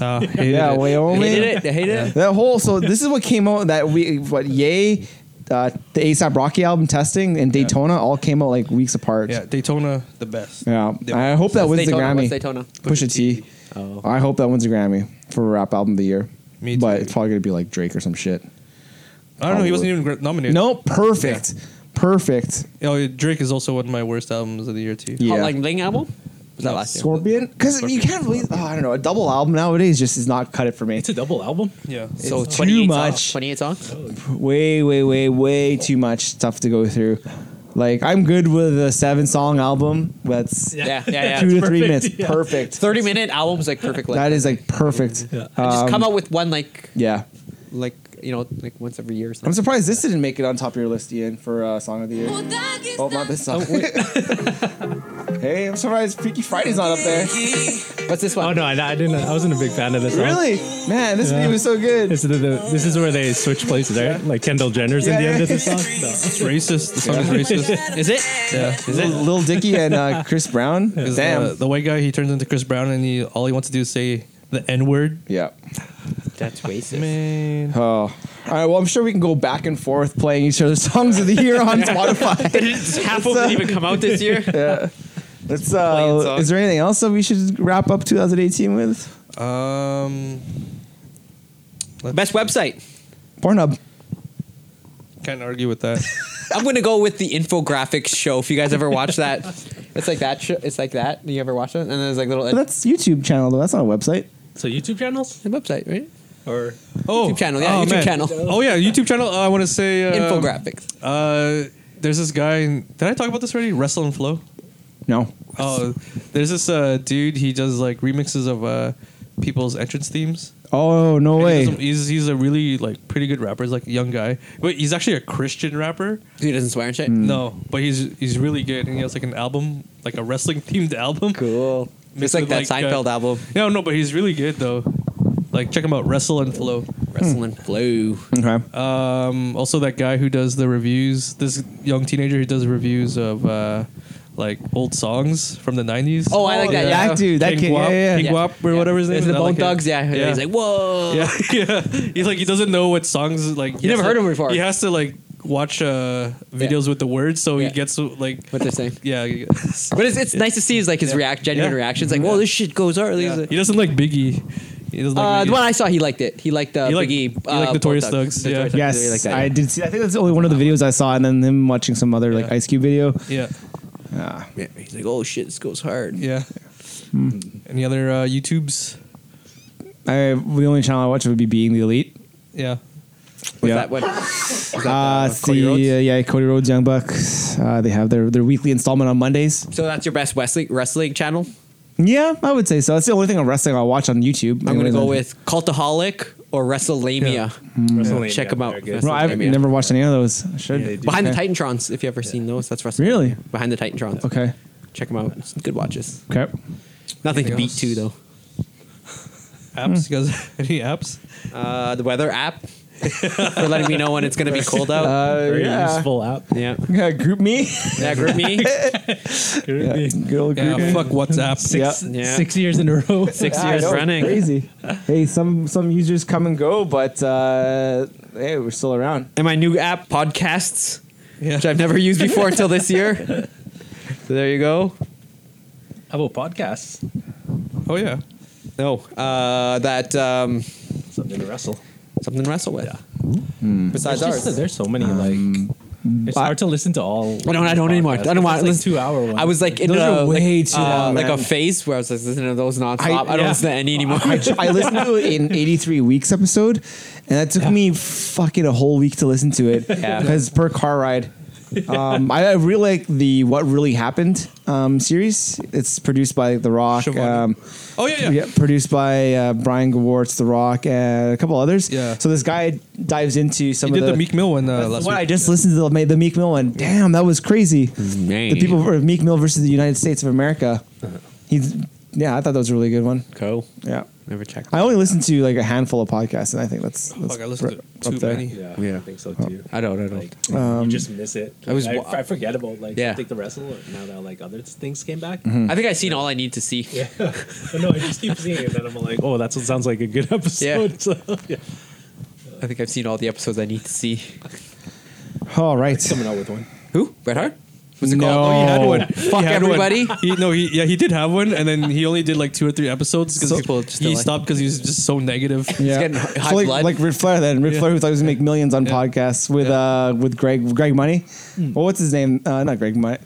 [SPEAKER 3] Uh, hated
[SPEAKER 1] yeah,
[SPEAKER 3] it.
[SPEAKER 1] Wyoming.
[SPEAKER 2] Hated it. They hated it.
[SPEAKER 1] That whole so this is what came out that we what yay uh, the ASAP Rocky album testing and Daytona all came out like weeks apart.
[SPEAKER 3] Yeah, Daytona, the best.
[SPEAKER 1] Yeah. I hope that wins the
[SPEAKER 2] Daytona, what's
[SPEAKER 1] Grammy.
[SPEAKER 2] Daytona?
[SPEAKER 1] Push a T.
[SPEAKER 2] Oh.
[SPEAKER 1] I hope that wins a Grammy for rap album of the year.
[SPEAKER 3] Me
[SPEAKER 1] But
[SPEAKER 3] too.
[SPEAKER 1] it's probably gonna be like Drake or some shit.
[SPEAKER 3] I don't know. He wasn't even gr- nominated.
[SPEAKER 1] No, perfect, perfect.
[SPEAKER 3] Oh, Drake is also one of my worst albums of the year too.
[SPEAKER 1] Yeah.
[SPEAKER 2] Hot Like Ling album? Was that last year?
[SPEAKER 1] Scorpion, because you can't believe. Oh, I don't know. A double album nowadays just is not cut it for me.
[SPEAKER 7] It's a double album.
[SPEAKER 3] Yeah.
[SPEAKER 2] So
[SPEAKER 1] It's
[SPEAKER 2] 28
[SPEAKER 1] too
[SPEAKER 2] songs.
[SPEAKER 1] much.
[SPEAKER 2] 28 songs?
[SPEAKER 1] way, way, way, way too much stuff to go through. Like I'm good with a seven song album. That's
[SPEAKER 2] Yeah, yeah, yeah.
[SPEAKER 1] two to
[SPEAKER 2] It's
[SPEAKER 1] three
[SPEAKER 7] perfect,
[SPEAKER 1] minutes.
[SPEAKER 7] yeah.
[SPEAKER 1] Perfect.
[SPEAKER 2] 30 minute albums like perfect length.
[SPEAKER 1] That is like perfect.
[SPEAKER 2] Just
[SPEAKER 1] Um,
[SPEAKER 2] come out with one like
[SPEAKER 1] yeah.
[SPEAKER 2] like you know like once every year or
[SPEAKER 1] I'm
[SPEAKER 2] something.
[SPEAKER 1] surprised this didn't make it on top of your list, Ian, for uh, song of the year. Oh, not this song. hey, I'm surprised Freaky Friday's not up there.
[SPEAKER 2] What's this
[SPEAKER 7] Oh
[SPEAKER 2] one?
[SPEAKER 7] no, I, I didn't. I wasn't a big fan of this. song.
[SPEAKER 1] Really? Man, this video was so good.
[SPEAKER 7] This is, the, this is where they switch places, right? Like Kendall Jenner's
[SPEAKER 1] Yeah,
[SPEAKER 7] in the end
[SPEAKER 1] yeah.
[SPEAKER 7] of the song. No.
[SPEAKER 3] It's racist. The song is racist.
[SPEAKER 2] Is it?
[SPEAKER 3] Yeah.
[SPEAKER 1] Lil, Lil Dicky and uh, Chris Brown.
[SPEAKER 3] 'Cause,
[SPEAKER 1] Damn.
[SPEAKER 3] uh, the white guy, he turns into Chris Brown, and he all he wants to do is say the N word.
[SPEAKER 1] yeah.
[SPEAKER 2] That's racist.
[SPEAKER 3] Man,
[SPEAKER 1] Oh. All right. Well, I'm sure we can go back and forth playing each other's songs of the year on Spotify.
[SPEAKER 2] Half of them didn't even come out this year.
[SPEAKER 1] Let's. Uh,
[SPEAKER 2] songs.
[SPEAKER 1] is there anything else that we should wrap up 2018 with?
[SPEAKER 3] um,
[SPEAKER 2] Best website.
[SPEAKER 1] Pornhub.
[SPEAKER 3] can't argue with that.
[SPEAKER 2] I'm gonna go with the infographics show. If you guys ever watch that, it's like that. Show, it's like that. You ever watch it? And there's like little
[SPEAKER 1] But that's YouTube channel though. That's not a website.
[SPEAKER 7] So YouTube channels
[SPEAKER 2] website, right?
[SPEAKER 7] or
[SPEAKER 3] Oh,
[SPEAKER 2] YouTube channel, yeah,
[SPEAKER 3] oh,
[SPEAKER 2] YouTube
[SPEAKER 3] man.
[SPEAKER 2] channel.
[SPEAKER 3] Oh yeah, YouTube channel. Uh, I want to say uh,
[SPEAKER 2] infographics.
[SPEAKER 3] Uh, there's this guy. Did I talk about this already? Wrestle and Flow.
[SPEAKER 1] No.
[SPEAKER 3] Oh, there's this uh, dude. He does like remixes of uh, people's entrance themes.
[SPEAKER 1] Oh no
[SPEAKER 3] And he
[SPEAKER 1] way.
[SPEAKER 3] does them- he's he's a really like pretty good rapper. He's like a young guy, but he's actually a Christian rapper.
[SPEAKER 2] He doesn't swear and shit.
[SPEAKER 1] Hmm.
[SPEAKER 3] No, but he's he's really good, and he has like an album, like a wrestling themed album.
[SPEAKER 2] Cool. Just
[SPEAKER 3] Mixed
[SPEAKER 2] like
[SPEAKER 3] with,
[SPEAKER 2] that
[SPEAKER 3] like, uh,
[SPEAKER 2] Seinfeld album,
[SPEAKER 1] Hmm.
[SPEAKER 3] No, no, but he's really good though. Like check him out, Wrestle and Flow.
[SPEAKER 2] Wrestling Flow.
[SPEAKER 1] Okay.
[SPEAKER 3] Um, also that guy who does the reviews, this young teenager who does reviews of uh, like old songs from the '90s.
[SPEAKER 2] Oh, I like that. Yeah.
[SPEAKER 1] That dude. That
[SPEAKER 3] King
[SPEAKER 1] kid.
[SPEAKER 3] Guap,
[SPEAKER 1] Yeah, yeah,
[SPEAKER 3] King
[SPEAKER 1] yeah.
[SPEAKER 3] Guap or whatever his name
[SPEAKER 2] It's
[SPEAKER 3] is.
[SPEAKER 2] the
[SPEAKER 3] I
[SPEAKER 2] Bone
[SPEAKER 3] like it.
[SPEAKER 2] Thugs. Yeah.
[SPEAKER 3] yeah.
[SPEAKER 2] He's like, whoa.
[SPEAKER 3] yeah, yeah. He's like he doesn't know what songs like. he
[SPEAKER 2] You never
[SPEAKER 3] has
[SPEAKER 2] heard
[SPEAKER 3] to-
[SPEAKER 2] him before.
[SPEAKER 3] He has to like watch uh, videos with the words, so
[SPEAKER 2] Yeah.
[SPEAKER 3] he gets like
[SPEAKER 2] What they're saying.
[SPEAKER 3] yeah. he-
[SPEAKER 2] But it's, it's nice to see his like his react genuine
[SPEAKER 3] Yeah. Mm-hmm.
[SPEAKER 2] reactions. Like, whoa, this shit goes hard. He's
[SPEAKER 3] yeah.
[SPEAKER 2] like-
[SPEAKER 3] He doesn't like Biggie. He doesn't
[SPEAKER 2] Uh,
[SPEAKER 3] like.
[SPEAKER 2] the
[SPEAKER 3] Biggie.
[SPEAKER 2] one I saw, he liked it. He liked uh,
[SPEAKER 3] He liked-
[SPEAKER 2] Biggie.
[SPEAKER 3] he
[SPEAKER 2] uh,
[SPEAKER 3] liked Notorious
[SPEAKER 2] Bone
[SPEAKER 3] Thugs,
[SPEAKER 2] Notorious
[SPEAKER 3] yeah.
[SPEAKER 2] Thugs,
[SPEAKER 1] Yes,
[SPEAKER 2] he really liked that,
[SPEAKER 1] I
[SPEAKER 2] yeah.
[SPEAKER 1] did see. I think that's only one of the videos I saw, and then him watching some other like
[SPEAKER 3] Yeah.
[SPEAKER 1] Ice Cube video.
[SPEAKER 3] yeah.
[SPEAKER 2] Yeah, He's like, oh shit, this goes hard.
[SPEAKER 3] Yeah. Any other uh, YouTubes?
[SPEAKER 1] I the only channel I watch would be Being the Elite.
[SPEAKER 3] Yeah.
[SPEAKER 2] Was
[SPEAKER 1] yeah.
[SPEAKER 2] that what?
[SPEAKER 1] Uh, it's
[SPEAKER 2] Cody
[SPEAKER 1] the,
[SPEAKER 2] Rhodes?
[SPEAKER 1] uh, yeah, Cody Rhodes, Young Bucks. Uh, they have their, their weekly installment on Mondays.
[SPEAKER 2] So that's your best Wesley wrestling channel.
[SPEAKER 1] Yeah, I would say so. That's the only thing on wrestling I watch on YouTube.
[SPEAKER 2] I'm gonna
[SPEAKER 1] Anyways,
[SPEAKER 2] go
[SPEAKER 1] I-
[SPEAKER 2] with Cultaholic or WrestleLamia.
[SPEAKER 7] WrestleMania.
[SPEAKER 2] Check 'em out.
[SPEAKER 7] They're good.
[SPEAKER 2] That's
[SPEAKER 1] No, I've
[SPEAKER 2] WrestleMania.
[SPEAKER 1] never watched any of those. I should.
[SPEAKER 7] Yeah, they do.
[SPEAKER 2] Behind the
[SPEAKER 1] Okay.
[SPEAKER 2] Titantrons, if you ever seen those, that's WrestleMania.
[SPEAKER 1] Really?
[SPEAKER 2] Behind the Titantrons.
[SPEAKER 1] Okay.
[SPEAKER 2] Check them out. It's good watches.
[SPEAKER 1] Okay.
[SPEAKER 2] Nothing to
[SPEAKER 3] Anything
[SPEAKER 2] beat
[SPEAKER 3] else?
[SPEAKER 2] to though.
[SPEAKER 3] apps? You guys any apps?
[SPEAKER 2] Uh, the weather app for letting me know when it's going to be cold out.
[SPEAKER 1] Uh, Very yeah. useful
[SPEAKER 7] app.
[SPEAKER 2] Yeah.
[SPEAKER 1] Yeah, group me.
[SPEAKER 2] Yeah, group me.
[SPEAKER 1] Yeah, good old
[SPEAKER 3] Yeah,
[SPEAKER 1] group me.
[SPEAKER 3] fuck WhatsApp.
[SPEAKER 7] Six,
[SPEAKER 2] Yeah. Ah,
[SPEAKER 7] six years in a row.
[SPEAKER 2] Six
[SPEAKER 1] I
[SPEAKER 2] years
[SPEAKER 1] know,
[SPEAKER 2] running.
[SPEAKER 1] Crazy. hey, some some users come and go, but uh, hey, we're still around.
[SPEAKER 2] And my new app, Podcasts,
[SPEAKER 3] Yeah.
[SPEAKER 2] which I've never used before until this year. So there you go.
[SPEAKER 7] How about podcasts?
[SPEAKER 3] Oh yeah.
[SPEAKER 2] No, uh, that um,
[SPEAKER 7] Something to wrestle.
[SPEAKER 2] something to wrestle with. Besides
[SPEAKER 7] It's just that
[SPEAKER 2] ours.
[SPEAKER 7] there's so many like. It's
[SPEAKER 1] I-
[SPEAKER 7] hard to listen to all.
[SPEAKER 2] I don't, I don't anymore. I
[SPEAKER 7] podcasts.
[SPEAKER 2] don't want to
[SPEAKER 7] It's
[SPEAKER 2] listen.
[SPEAKER 7] like two hour ones.
[SPEAKER 2] I was like in
[SPEAKER 1] Those
[SPEAKER 2] a,
[SPEAKER 1] are way
[SPEAKER 2] like,
[SPEAKER 1] too
[SPEAKER 2] uh,
[SPEAKER 1] long,
[SPEAKER 2] like a
[SPEAKER 1] man.
[SPEAKER 2] phase where I was like listening to those nonstop. I, don't
[SPEAKER 1] yeah.
[SPEAKER 2] listen to any anymore.
[SPEAKER 1] I, I listened to it in 83 weeks episode, and that took me fucking a whole week to listen to it because per car ride. um, I, I really like the "What Really Happened" um, series. It's produced by The Rock.
[SPEAKER 3] Shivani.
[SPEAKER 1] Um,
[SPEAKER 3] Oh yeah, yeah.
[SPEAKER 1] yeah, produced by uh, Brian Gewirtz, The Rock, and a couple others.
[SPEAKER 3] Yeah.
[SPEAKER 1] So this guy dives into some
[SPEAKER 3] He
[SPEAKER 1] of
[SPEAKER 3] did the Meek Mill one uh,
[SPEAKER 1] That's
[SPEAKER 3] last
[SPEAKER 1] what I
[SPEAKER 3] week.
[SPEAKER 1] just listened to the, the Meek Mill one. Damn, that was crazy.
[SPEAKER 2] Man.
[SPEAKER 1] The people for Meek Mill versus the United States of America.
[SPEAKER 3] Uh-huh.
[SPEAKER 1] He's yeah, I thought that was a really good one.
[SPEAKER 2] Cool.
[SPEAKER 1] Yeah,
[SPEAKER 2] Never checked.
[SPEAKER 1] I only listened to like a handful of podcasts, and I think that's, that's
[SPEAKER 3] Fuck, I listened
[SPEAKER 1] pr-
[SPEAKER 3] to
[SPEAKER 1] up
[SPEAKER 3] too
[SPEAKER 1] there.
[SPEAKER 3] many.
[SPEAKER 7] Yeah,
[SPEAKER 2] Yeah.
[SPEAKER 7] I think so too.
[SPEAKER 2] I don't. I don't.
[SPEAKER 7] Like
[SPEAKER 1] Um,
[SPEAKER 7] you just miss it.
[SPEAKER 2] I was-
[SPEAKER 7] I, I forget about like
[SPEAKER 2] Yeah. Mm-hmm.
[SPEAKER 7] I think the wrestle now that like other things came back.
[SPEAKER 1] Hmm.
[SPEAKER 2] I think I've seen all I need to see.
[SPEAKER 7] But no, I just keep seeing it, and I'm like, oh, that's what sounds like a good episode. So, yeah.
[SPEAKER 2] I think I've seen all the episodes I need to see.
[SPEAKER 1] All right.
[SPEAKER 7] coming out with one.
[SPEAKER 2] Who? Bret Hart? What's it
[SPEAKER 1] No.
[SPEAKER 2] called? Oh,
[SPEAKER 3] He had one.
[SPEAKER 2] Fuck
[SPEAKER 3] He had one.
[SPEAKER 2] everybody.
[SPEAKER 3] He, no, he yeah he did have one, and then he only did like two or three episodes
[SPEAKER 2] So-
[SPEAKER 3] because
[SPEAKER 2] People just don't
[SPEAKER 3] he
[SPEAKER 2] like
[SPEAKER 3] stopped because he was just so negative.
[SPEAKER 1] Yeah.
[SPEAKER 2] getting hi-
[SPEAKER 1] So
[SPEAKER 2] high
[SPEAKER 1] like,
[SPEAKER 2] blood.
[SPEAKER 1] like Ric Flair then. Ric Flair who thought he was gonna make millions on podcasts with uh with Greg Greg Money. Well what's his name? Uh, not Greg Money.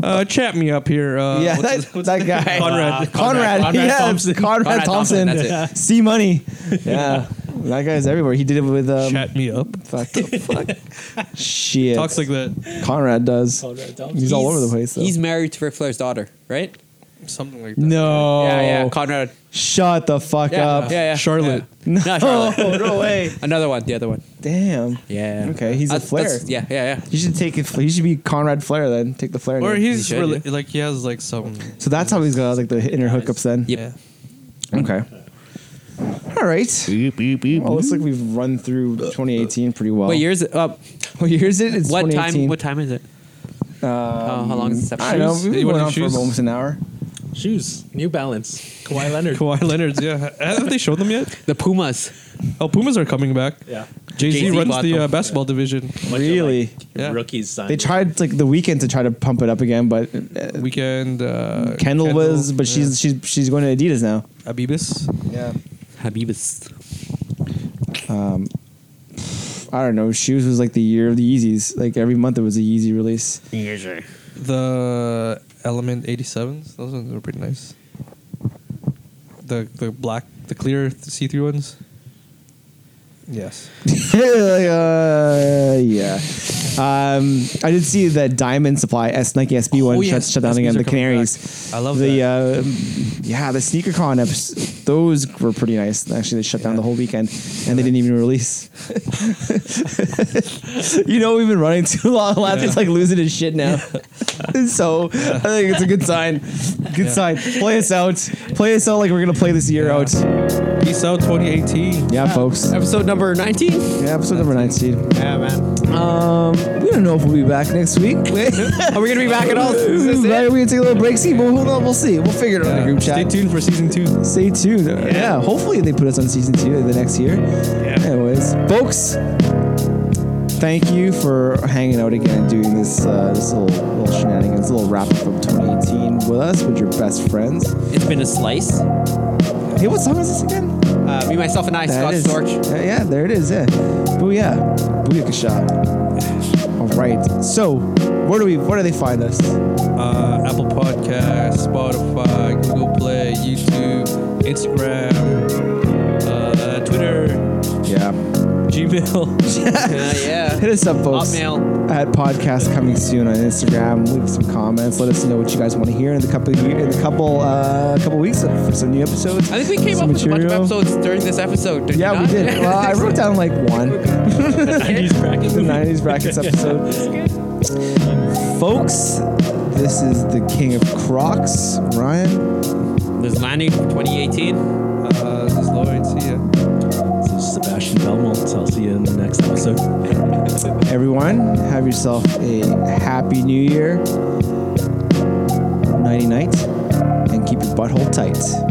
[SPEAKER 3] Hmm. Uh, chat me up here. Uh,
[SPEAKER 1] yeah,
[SPEAKER 3] what's
[SPEAKER 1] that,
[SPEAKER 3] his- Uh,
[SPEAKER 1] that guy.
[SPEAKER 3] Conrad.
[SPEAKER 1] Conrad,
[SPEAKER 7] Conrad
[SPEAKER 1] yeah,
[SPEAKER 7] Thompson.
[SPEAKER 1] Conrad,
[SPEAKER 2] Conrad
[SPEAKER 1] Thompson,
[SPEAKER 2] Thompson, that's
[SPEAKER 1] C Money, yeah, that guy's everywhere. He did it with um,
[SPEAKER 3] chat me up.
[SPEAKER 1] Fuck the fuck. Shit.
[SPEAKER 3] Talks like that.
[SPEAKER 1] Conrad does.
[SPEAKER 7] Conrad Thompson.
[SPEAKER 1] He's, all over the place though.
[SPEAKER 2] He's married to Ric Flair's daughter, right?
[SPEAKER 3] Something like that.
[SPEAKER 1] no.
[SPEAKER 2] Yeah, yeah. Conrad.
[SPEAKER 1] Shut the fuck
[SPEAKER 2] Yeah,
[SPEAKER 1] up.
[SPEAKER 2] yeah, yeah.
[SPEAKER 3] Charlotte.
[SPEAKER 1] No,
[SPEAKER 2] Not Charlotte.
[SPEAKER 1] no way.
[SPEAKER 2] Another one. The other one.
[SPEAKER 1] Damn.
[SPEAKER 2] Yeah.
[SPEAKER 1] Okay, he's a
[SPEAKER 2] That's-
[SPEAKER 1] Flair.
[SPEAKER 2] that's- Yeah, yeah, yeah.
[SPEAKER 1] You should take it. He should be Conrad Flair then. Take the Flair.
[SPEAKER 3] Or
[SPEAKER 1] name.
[SPEAKER 3] he's
[SPEAKER 2] He should,
[SPEAKER 3] rela- like he has like some.
[SPEAKER 1] so that's how he's got like the inner hookups then.
[SPEAKER 2] Yep.
[SPEAKER 3] Yeah.
[SPEAKER 1] Okay. All right. Well, looks like we've run through 2018 pretty well.
[SPEAKER 2] What year is it? Up.
[SPEAKER 1] What year is it? Oh. It's
[SPEAKER 2] uh, what time?
[SPEAKER 1] 2018.
[SPEAKER 2] What time is it? Uh, how long is this
[SPEAKER 1] I don't know.
[SPEAKER 2] episode?
[SPEAKER 1] We've been
[SPEAKER 3] Anyone
[SPEAKER 1] going
[SPEAKER 3] in
[SPEAKER 1] on
[SPEAKER 3] shoes?
[SPEAKER 1] for almost an hour.
[SPEAKER 7] Shoes, New Balance, Kawhi Leonard.
[SPEAKER 3] Kawhi Leonard's. Yeah. Haven't they showed them yet?
[SPEAKER 2] The Pumas.
[SPEAKER 3] Oh, Pumas are coming back.
[SPEAKER 7] Yeah,
[SPEAKER 3] Jay Z
[SPEAKER 2] Jay-Z
[SPEAKER 3] runs
[SPEAKER 2] bought
[SPEAKER 3] the
[SPEAKER 2] them.
[SPEAKER 3] uh, basketball division.
[SPEAKER 1] Really?
[SPEAKER 3] Yeah.
[SPEAKER 7] rookies signed.
[SPEAKER 1] They tried like the weekend to try to pump it up again, but uh,
[SPEAKER 3] Weekend. Uh,
[SPEAKER 1] Kendall, was, but she's she's she's going to Adidas now.
[SPEAKER 3] yeah. Abibis.
[SPEAKER 1] Yeah.
[SPEAKER 2] Habibus.
[SPEAKER 1] Um, I don't know. Shoes was like the year of the Yeezys. Like every month it was a Yeezy release.
[SPEAKER 3] The Element 87s. Those ones are pretty nice. The the black, the clear, see through ones. Yes.
[SPEAKER 1] uh, yeah. Um, I did see that Diamond Supply S Nike SB one
[SPEAKER 3] Oh,
[SPEAKER 1] shut,
[SPEAKER 3] yes.
[SPEAKER 1] shut down
[SPEAKER 3] SBs
[SPEAKER 1] again.
[SPEAKER 3] are
[SPEAKER 1] The
[SPEAKER 3] coming
[SPEAKER 1] Canaries.
[SPEAKER 3] back. I love
[SPEAKER 1] the,
[SPEAKER 3] that.
[SPEAKER 1] Uh, yeah, the sneaker con eps. Those were pretty nice. Actually, they shut down the whole weekend, and they didn't even release. you know, we've been running too long. Laughter's like losing his shit now. so I think it's a good sign. Good sign.
[SPEAKER 3] Yeah.
[SPEAKER 1] Play us out. Play us out like we're gonna play this year out.
[SPEAKER 3] Peace out 2018.
[SPEAKER 1] Yeah, folks.
[SPEAKER 2] Episode number 19.
[SPEAKER 1] Yeah, episode number nine, Steve.
[SPEAKER 2] Yeah, man.
[SPEAKER 1] Um, we don't know if we'll be back next week.
[SPEAKER 2] Are we going to be back at all? Is this it?
[SPEAKER 1] Maybe we can take a little break. See, but who knows? We'll see. We'll figure it out in the group
[SPEAKER 3] Stay
[SPEAKER 1] chat.
[SPEAKER 3] tuned for season two.
[SPEAKER 1] Stay tuned. Yeah. hopefully they put us on season two the next year. Anyways, folks, thank you for hanging out again and doing this uh, this little little shenanigans, little wrap up of 2018 with us with your best friends.
[SPEAKER 2] It's been a slice.
[SPEAKER 1] Hey, what song is this again?
[SPEAKER 2] Uh, me, myself, and I, Scott
[SPEAKER 1] is-
[SPEAKER 2] Storch.
[SPEAKER 1] Yeah, yeah, there it is. Yeah, booyah, booyah shot. All right. So, where do we? Where do they find us?
[SPEAKER 3] uh, Apple Podcasts, Spotify, Google Play, YouTube, Instagram, uh, Twitter,
[SPEAKER 1] Yeah.
[SPEAKER 3] Gmail.
[SPEAKER 2] Uh, yeah.
[SPEAKER 1] Hit us up, folks.
[SPEAKER 2] Hotmail.
[SPEAKER 1] At podcast coming soon on Instagram. Leave some comments. Let us know what you guys want to hear in the couple in the couple uh, couple weeks for some new episodes.
[SPEAKER 2] I think we came
[SPEAKER 1] Some
[SPEAKER 2] up with a
[SPEAKER 1] material.
[SPEAKER 2] bunch of episodes during this episode. Did
[SPEAKER 1] Yeah,
[SPEAKER 2] you
[SPEAKER 1] we
[SPEAKER 2] not?
[SPEAKER 1] did. Well, I wrote down like one. the 90s brackets episode. Folks, this is the King of Crocs, Ryan.
[SPEAKER 2] This is Lanny, 2018.
[SPEAKER 3] Uh, Uh, this is Lloyd. See ya.
[SPEAKER 7] This is Sebastian Belmont. I'll see you in the next episode.
[SPEAKER 1] Everyone, have yourself a happy new year. Nighty night. And keep your butthole tight.